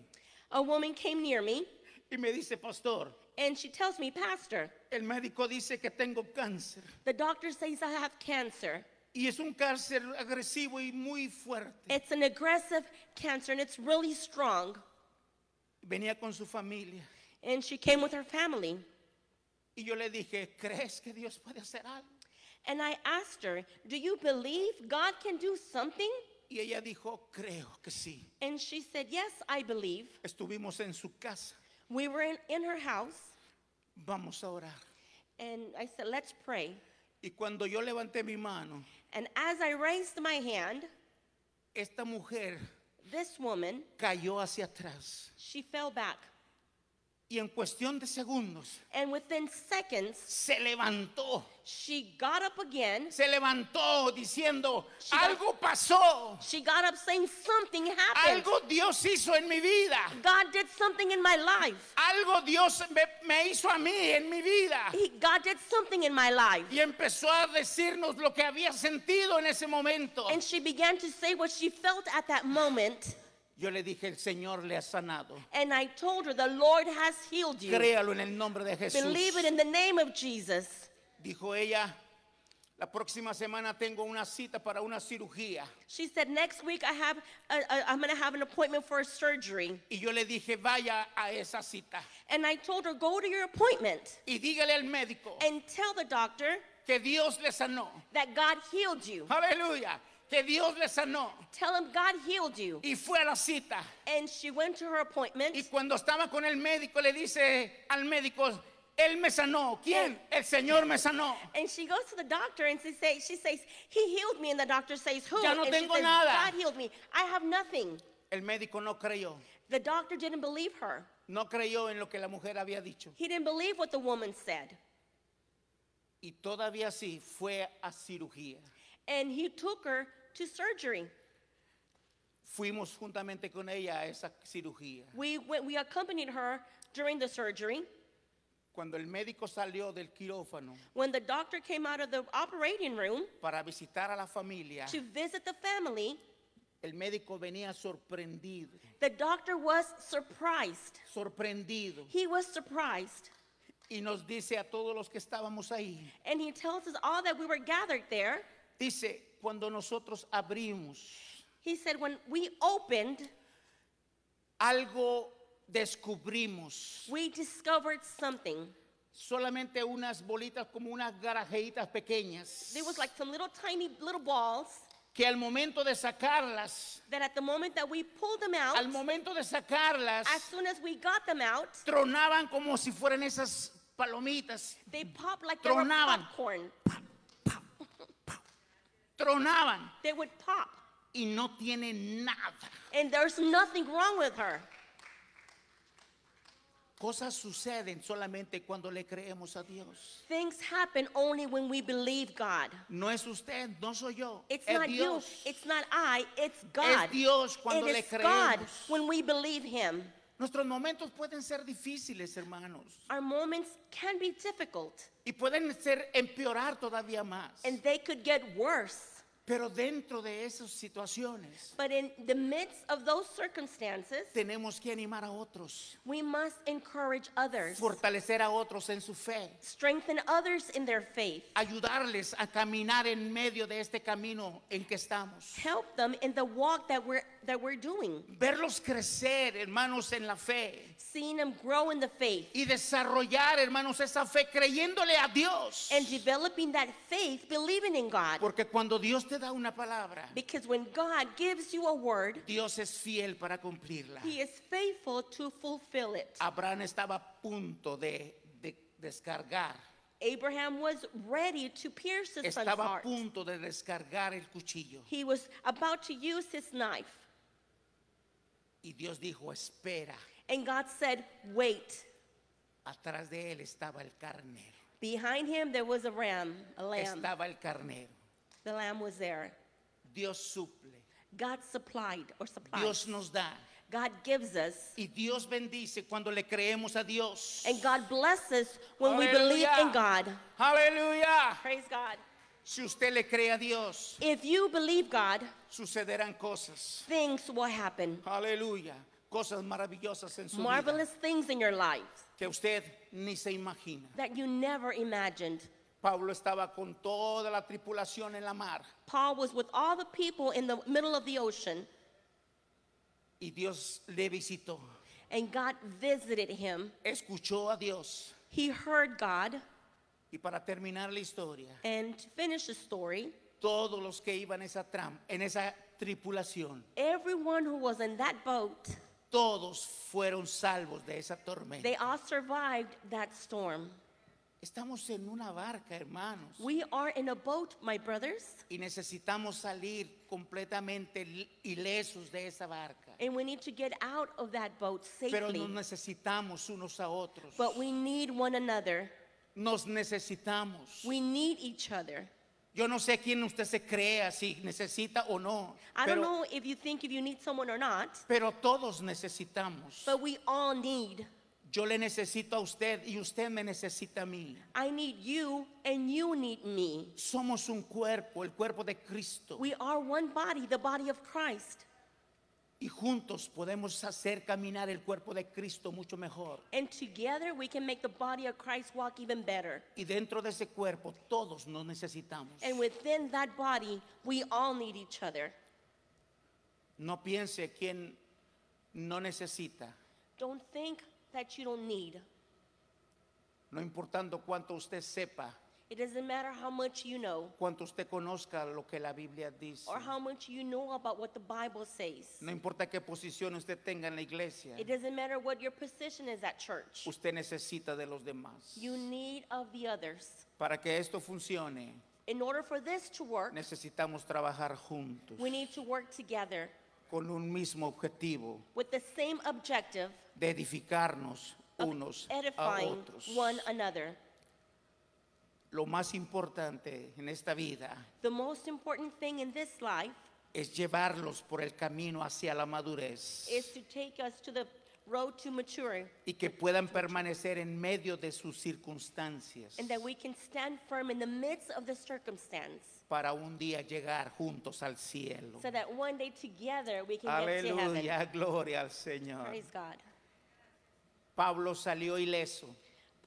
[SPEAKER 2] a woman came near me
[SPEAKER 1] y me dice, pastor,
[SPEAKER 2] and she tells me, Pastor,
[SPEAKER 1] el médico dice que tengo cáncer.
[SPEAKER 2] the doctor says I have cancer.
[SPEAKER 1] Y es un cáncer agresivo y muy fuerte.
[SPEAKER 2] It's an aggressive cancer and it's really strong.
[SPEAKER 1] Venía con su familia.
[SPEAKER 2] And she came with her family.
[SPEAKER 1] Y yo le dije, ¿crees que Dios puede hacer algo?
[SPEAKER 2] And I asked her, Do you believe God can do something?
[SPEAKER 1] Y ella dijo, creo que sí.
[SPEAKER 2] And she said, Yes, I believe.
[SPEAKER 1] Estuvimos en su casa.
[SPEAKER 2] We were in, in her house,
[SPEAKER 1] Vamos a orar.
[SPEAKER 2] and I said, Let's pray.
[SPEAKER 1] Y cuando yo levanté mi mano,
[SPEAKER 2] And as I raised my hand,
[SPEAKER 1] esta mujer
[SPEAKER 2] this woman,
[SPEAKER 1] cayó hacia atrás.
[SPEAKER 2] she fell back.
[SPEAKER 1] Y en cuestión de segundos,
[SPEAKER 2] And within seconds,
[SPEAKER 1] se levantó.
[SPEAKER 2] she got up again.
[SPEAKER 1] Se levantó diciendo,
[SPEAKER 2] She got-
[SPEAKER 1] algo pasó.
[SPEAKER 2] She got up saying, Something happened.
[SPEAKER 1] Algo Dios hizo en mi vida.
[SPEAKER 2] God did something in my life.
[SPEAKER 1] Algo Dios me, me hizo a mí en mi vida.
[SPEAKER 2] He, God did something in my life.
[SPEAKER 1] Y empezó a decirnos lo que había sentido en ese momento.
[SPEAKER 2] And she began to say what she felt at that moment.
[SPEAKER 1] Yo le dije, el Señor le ha sanado.
[SPEAKER 2] And I told her, The Lord has healed you.
[SPEAKER 1] Créalo en el nombre de Jesús.
[SPEAKER 2] Believe it in the name of Jesus.
[SPEAKER 1] Dijo ella, la próxima semana tengo una cita para una cirugía.
[SPEAKER 2] She said, Next week I have a, a, I'm going to have an appointment for a surgery.
[SPEAKER 1] Y yo le dije, vaya a esa cita.
[SPEAKER 2] And I told her, Go to your appointment
[SPEAKER 1] Y dígale al médico
[SPEAKER 2] and tell the doctor
[SPEAKER 1] que Dios le sanó.
[SPEAKER 2] that God healed you.
[SPEAKER 1] Aleluya. Que Dios le sanó.
[SPEAKER 2] Tell him God healed you.
[SPEAKER 1] Y fue a la cita.
[SPEAKER 2] And she went to her appointment.
[SPEAKER 1] Y cuando estaba con el médico, le dice al médico, él me sanó. ¿Quién? El Señor me sanó.
[SPEAKER 2] And she goes to the doctor and she says, she says, he healed me. And the doctor says, who?
[SPEAKER 1] Ya no
[SPEAKER 2] and she
[SPEAKER 1] tengo
[SPEAKER 2] says,
[SPEAKER 1] nada.
[SPEAKER 2] God healed me. I have nothing.
[SPEAKER 1] El médico no creyó.
[SPEAKER 2] The doctor didn't believe her.
[SPEAKER 1] No creyó en lo que la mujer había dicho.
[SPEAKER 2] He didn't believe what the woman said.
[SPEAKER 1] Y todavía así fue a cirugía.
[SPEAKER 2] And he took her to surgery.
[SPEAKER 1] Fuimos juntamente con ella a esa cirugía.
[SPEAKER 2] We went, we accompanied her during the surgery.
[SPEAKER 1] Cuando el médico salió del quirófano
[SPEAKER 2] When the doctor came out of the operating room
[SPEAKER 1] para visitar a la familia,
[SPEAKER 2] to visit the family,
[SPEAKER 1] el médico venía sorprendido,
[SPEAKER 2] the doctor was surprised.
[SPEAKER 1] sorprendido.
[SPEAKER 2] He was surprised.
[SPEAKER 1] Y nos dice a todos los que estábamos ahí,
[SPEAKER 2] And he tells us all that we were gathered there.
[SPEAKER 1] dice, cuando nosotros abrimos,
[SPEAKER 2] He said, when we opened,
[SPEAKER 1] algo descubrimos.
[SPEAKER 2] we discovered something.
[SPEAKER 1] Solamente unas bolitas como unas garajeitas pequeñas
[SPEAKER 2] There was like some little tiny little balls
[SPEAKER 1] que al momento de sacarlas,
[SPEAKER 2] that at the moment that we pulled them out,
[SPEAKER 1] al momento de sacarlas,
[SPEAKER 2] as soon as we got them out,
[SPEAKER 1] tronaban como si fueran esas palomitas,
[SPEAKER 2] they popped like they were
[SPEAKER 1] Tronaban.
[SPEAKER 2] popcorn.
[SPEAKER 1] tronaban
[SPEAKER 2] They would pop.
[SPEAKER 1] y no tienen nada.
[SPEAKER 2] And there's nothing wrong with her.
[SPEAKER 1] Cosas suceden solamente cuando le creemos a Dios.
[SPEAKER 2] Things happen only when we believe God.
[SPEAKER 1] No es usted, no soy yo.
[SPEAKER 2] It's
[SPEAKER 1] es
[SPEAKER 2] not
[SPEAKER 1] Dios.
[SPEAKER 2] you. It's not I. It's God.
[SPEAKER 1] Dios cuando
[SPEAKER 2] it
[SPEAKER 1] le
[SPEAKER 2] is God
[SPEAKER 1] creemos.
[SPEAKER 2] when we believe Him.
[SPEAKER 1] Nuestros momentos pueden ser difíciles, hermanos,
[SPEAKER 2] Our moments can be difficult,
[SPEAKER 1] y pueden ser empeorar todavía más.
[SPEAKER 2] and they could get worse.
[SPEAKER 1] Pero dentro de esas situaciones
[SPEAKER 2] But in the midst of those circumstances,
[SPEAKER 1] tenemos que animar a otros,
[SPEAKER 2] we must encourage others,
[SPEAKER 1] fortalecer a otros en su fe,
[SPEAKER 2] strengthen others in their faith,
[SPEAKER 1] ayudarles a caminar en medio de este camino en que estamos.
[SPEAKER 2] help them in the walk that we're that we're doing,
[SPEAKER 1] Verlos crecer, hermanos, en la fe
[SPEAKER 2] seeing them grow in the faith,
[SPEAKER 1] y desarrollar, hermanos, esa fe creyéndole a Dios.
[SPEAKER 2] and developing that faith, believing in God.
[SPEAKER 1] Porque cuando Dios te da una palabra,
[SPEAKER 2] Because when God gives you a word,
[SPEAKER 1] Dios es fiel para cumplirla.
[SPEAKER 2] He is faithful to fulfill it.
[SPEAKER 1] Abraham estaba a punto de, de descargar,
[SPEAKER 2] Abraham was ready to pierce his son's
[SPEAKER 1] estaba a
[SPEAKER 2] heart.
[SPEAKER 1] punto de descargar el cuchillo.
[SPEAKER 2] He was about to use his knife.
[SPEAKER 1] Y Dios dijo, espera,
[SPEAKER 2] And God said, Wait.
[SPEAKER 1] atrás de él estaba el carnero.
[SPEAKER 2] Behind him, there was a ram, a lamb.
[SPEAKER 1] Estaba el carnero.
[SPEAKER 2] The lamb was there.
[SPEAKER 1] Dios suple,
[SPEAKER 2] God supplied or supplies.
[SPEAKER 1] Dios nos da.
[SPEAKER 2] God gives us.
[SPEAKER 1] Y Dios bendice cuando le creemos a Dios.
[SPEAKER 2] And God blesses when we believe
[SPEAKER 1] Aleluya.
[SPEAKER 2] in God.
[SPEAKER 1] Aleluya.
[SPEAKER 2] Praise God.
[SPEAKER 1] Si usted le cree a Dios,
[SPEAKER 2] If you believe God,
[SPEAKER 1] sucederán cosas.
[SPEAKER 2] things will happen.
[SPEAKER 1] Aleluya. Cosas maravillosas en su vida
[SPEAKER 2] Marvelous things in your life
[SPEAKER 1] que usted ni se imagina.
[SPEAKER 2] that you never imagined.
[SPEAKER 1] Pablo estaba con toda la tripulación en la mar
[SPEAKER 2] Paul was with all the people in the middle of the ocean,
[SPEAKER 1] y Dios le visitó.
[SPEAKER 2] and God visited him.
[SPEAKER 1] Escuchó a Dios.
[SPEAKER 2] He heard God.
[SPEAKER 1] Y para terminar la historia,
[SPEAKER 2] And to finish the story,
[SPEAKER 1] todos los que iban en esa, tram- en esa tripulación,
[SPEAKER 2] everyone who was in that boat,
[SPEAKER 1] todos fueron salvos de esa tormenta.
[SPEAKER 2] they all survived that storm.
[SPEAKER 1] Estamos en una barca, hermanos,
[SPEAKER 2] We are in a boat, my brothers,
[SPEAKER 1] y necesitamos salir completamente il- ilesos de esa barca.
[SPEAKER 2] and we need to get out of that boat
[SPEAKER 1] Pero nos
[SPEAKER 2] safely.
[SPEAKER 1] necesitamos unos a otros.
[SPEAKER 2] But we need one another.
[SPEAKER 1] Nos necesitamos.
[SPEAKER 2] We need each other.
[SPEAKER 1] Yo no sé quién usted se crea, si necesita o no.
[SPEAKER 2] I don't
[SPEAKER 1] Pero
[SPEAKER 2] know if you think if you need someone or not,
[SPEAKER 1] Pero todos necesitamos.
[SPEAKER 2] but we all need.
[SPEAKER 1] Yo le necesito a usted y usted me necesita a mí.
[SPEAKER 2] I need you, and you need me.
[SPEAKER 1] Somos un cuerpo, el cuerpo de Cristo.
[SPEAKER 2] We are one body, the body of Christ.
[SPEAKER 1] Y juntos podemos hacer caminar el cuerpo de Cristo mucho mejor.
[SPEAKER 2] And together we can make the body of Christ walk even better.
[SPEAKER 1] Y dentro de ese cuerpo todos nos necesitamos.
[SPEAKER 2] And within that body, we all need each other.
[SPEAKER 1] No piense quien no necesita,
[SPEAKER 2] Don't think that you don't need.
[SPEAKER 1] no importando cuánto usted sepa,
[SPEAKER 2] It doesn't matter how much you know
[SPEAKER 1] cuánto usted conozca lo que la Biblia dice.
[SPEAKER 2] or how much you know about what the Bible says.
[SPEAKER 1] No importa qué posición usted tenga en la iglesia,
[SPEAKER 2] It doesn't matter what your position is at church.
[SPEAKER 1] usted necesita de los demás.
[SPEAKER 2] You need of the others.
[SPEAKER 1] Para que esto funcione,
[SPEAKER 2] In order for this to work,
[SPEAKER 1] necesitamos trabajar juntos
[SPEAKER 2] we need to work together
[SPEAKER 1] con un mismo objetivo
[SPEAKER 2] with the same objective
[SPEAKER 1] de edificarnos
[SPEAKER 2] of
[SPEAKER 1] unos a
[SPEAKER 2] edifying
[SPEAKER 1] otros.
[SPEAKER 2] one another.
[SPEAKER 1] Lo más importante en esta vida
[SPEAKER 2] The most important thing in this life
[SPEAKER 1] es llevarlos por el camino hacia la madurez
[SPEAKER 2] is to take us to the road to maturity.
[SPEAKER 1] y que puedan permanecer en medio de sus circunstancias
[SPEAKER 2] and that we can stand firm in the midst of the circumstance
[SPEAKER 1] para un día llegar juntos al cielo.
[SPEAKER 2] so that one day together we can get to heaven.
[SPEAKER 1] Aleluya, gloria al Señor.
[SPEAKER 2] Praise God.
[SPEAKER 1] Pablo salió ileso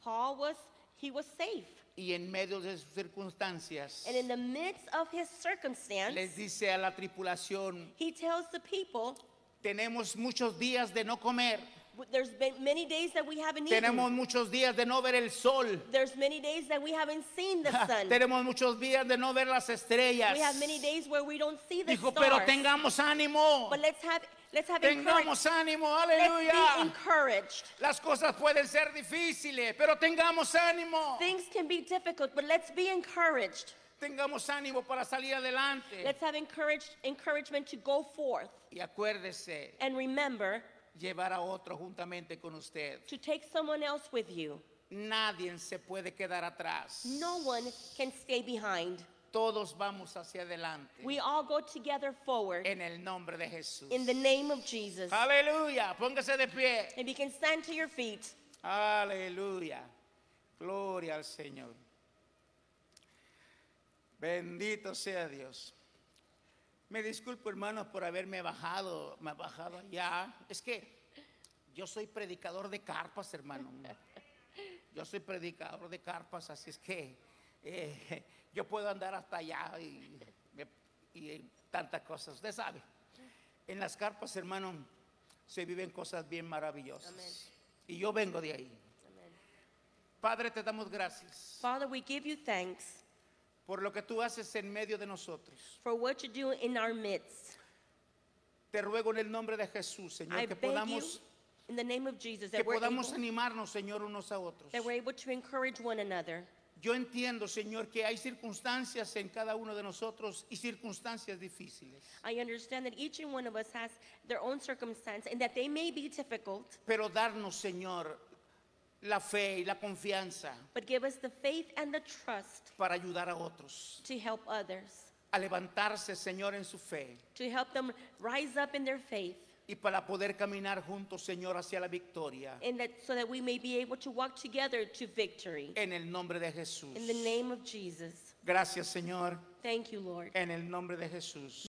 [SPEAKER 2] Paul was he was safe.
[SPEAKER 1] y en medio de sus circunstancias
[SPEAKER 2] And in the midst of his
[SPEAKER 1] les
[SPEAKER 2] circumstance,
[SPEAKER 1] dice a la tripulación,
[SPEAKER 2] he tells the people,
[SPEAKER 1] tenemos muchos días de no comer
[SPEAKER 2] w- There's been many days that we haven't
[SPEAKER 1] Tenemos
[SPEAKER 2] eaten.
[SPEAKER 1] muchos días de no ver el sol.
[SPEAKER 2] There's many days that we haven't seen the
[SPEAKER 1] Ja,
[SPEAKER 2] sun.
[SPEAKER 1] Tenemos muchos días de no ver las estrellas.
[SPEAKER 2] We have many days where we don't see the
[SPEAKER 1] Dijo, pero
[SPEAKER 2] stars.
[SPEAKER 1] tengamos ánimo.
[SPEAKER 2] But let's have let's have encouragement.
[SPEAKER 1] Tengamos ánimo,
[SPEAKER 2] Let's be
[SPEAKER 1] aleluya.
[SPEAKER 2] encouraged.
[SPEAKER 1] Las cosas pueden ser difíciles, pero tengamos ánimo.
[SPEAKER 2] Things can be difficult, but let's be encouraged.
[SPEAKER 1] Tengamos ánimo para salir adelante.
[SPEAKER 2] Let's have encouraged encouragement to go forth
[SPEAKER 1] Y acuérdese,
[SPEAKER 2] and remember
[SPEAKER 1] llevar a otro juntamente con usted.
[SPEAKER 2] to take someone else with you.
[SPEAKER 1] Nadie se puede quedar atrás.
[SPEAKER 2] No one can stay behind.
[SPEAKER 1] Todos vamos hacia adelante.
[SPEAKER 2] We all go together forward
[SPEAKER 1] En el nombre de Jesús.
[SPEAKER 2] in the name of Jesus.
[SPEAKER 1] Aleluya. Póngase de pie.
[SPEAKER 2] If you can stand to your feet,
[SPEAKER 1] Aleluya. Gloria al Señor. Bendito sea Dios. Me disculpo, hermanos, por haberme bajado, me ha bajado allá. Es que yo soy predicador de carpas, hermano. Yo soy predicador de carpas, así es que eh, yo puedo andar hasta allá y, me- y tantas cosas. Usted sabe, en las carpas, hermano, se viven cosas bien maravillosas.
[SPEAKER 2] Amén.
[SPEAKER 1] Y yo vengo de ahí. Padre, te damos gracias
[SPEAKER 2] Father, we give you thanks
[SPEAKER 1] por lo que tú haces en medio de nosotros.
[SPEAKER 2] for what you do in our midst.
[SPEAKER 1] Te ruego en el nombre de Jesús, Señor,
[SPEAKER 2] I
[SPEAKER 1] que
[SPEAKER 2] beg you
[SPEAKER 1] podamos,
[SPEAKER 2] in the name of Jesus
[SPEAKER 1] que
[SPEAKER 2] that we're, able,
[SPEAKER 1] podamos animarnos, Señor, unos a otros.
[SPEAKER 2] that we're able to encourage one another.
[SPEAKER 1] Yo entiendo, Señor, que hay circunstancias en cada uno de nosotros y circunstancias difíciles.
[SPEAKER 2] I understand that each and one of us has their own circumstance and that they may be difficult,
[SPEAKER 1] Pero darnos, Señor, la fe y la confianza
[SPEAKER 2] but give us the faith and the trust
[SPEAKER 1] para ayudar a otros
[SPEAKER 2] to help others,
[SPEAKER 1] a levantarse, Señor, en su fe
[SPEAKER 2] to help them rise up in their faith,
[SPEAKER 1] y para poder caminar juntos, Señor, hacia la victoria.
[SPEAKER 2] and that so that we may be able to walk together to victory.
[SPEAKER 1] En el nombre de Jesús.
[SPEAKER 2] In the name of Jesus.
[SPEAKER 1] Gracias, Señor.
[SPEAKER 2] Thank you, Lord.
[SPEAKER 1] En el nombre de Jesús.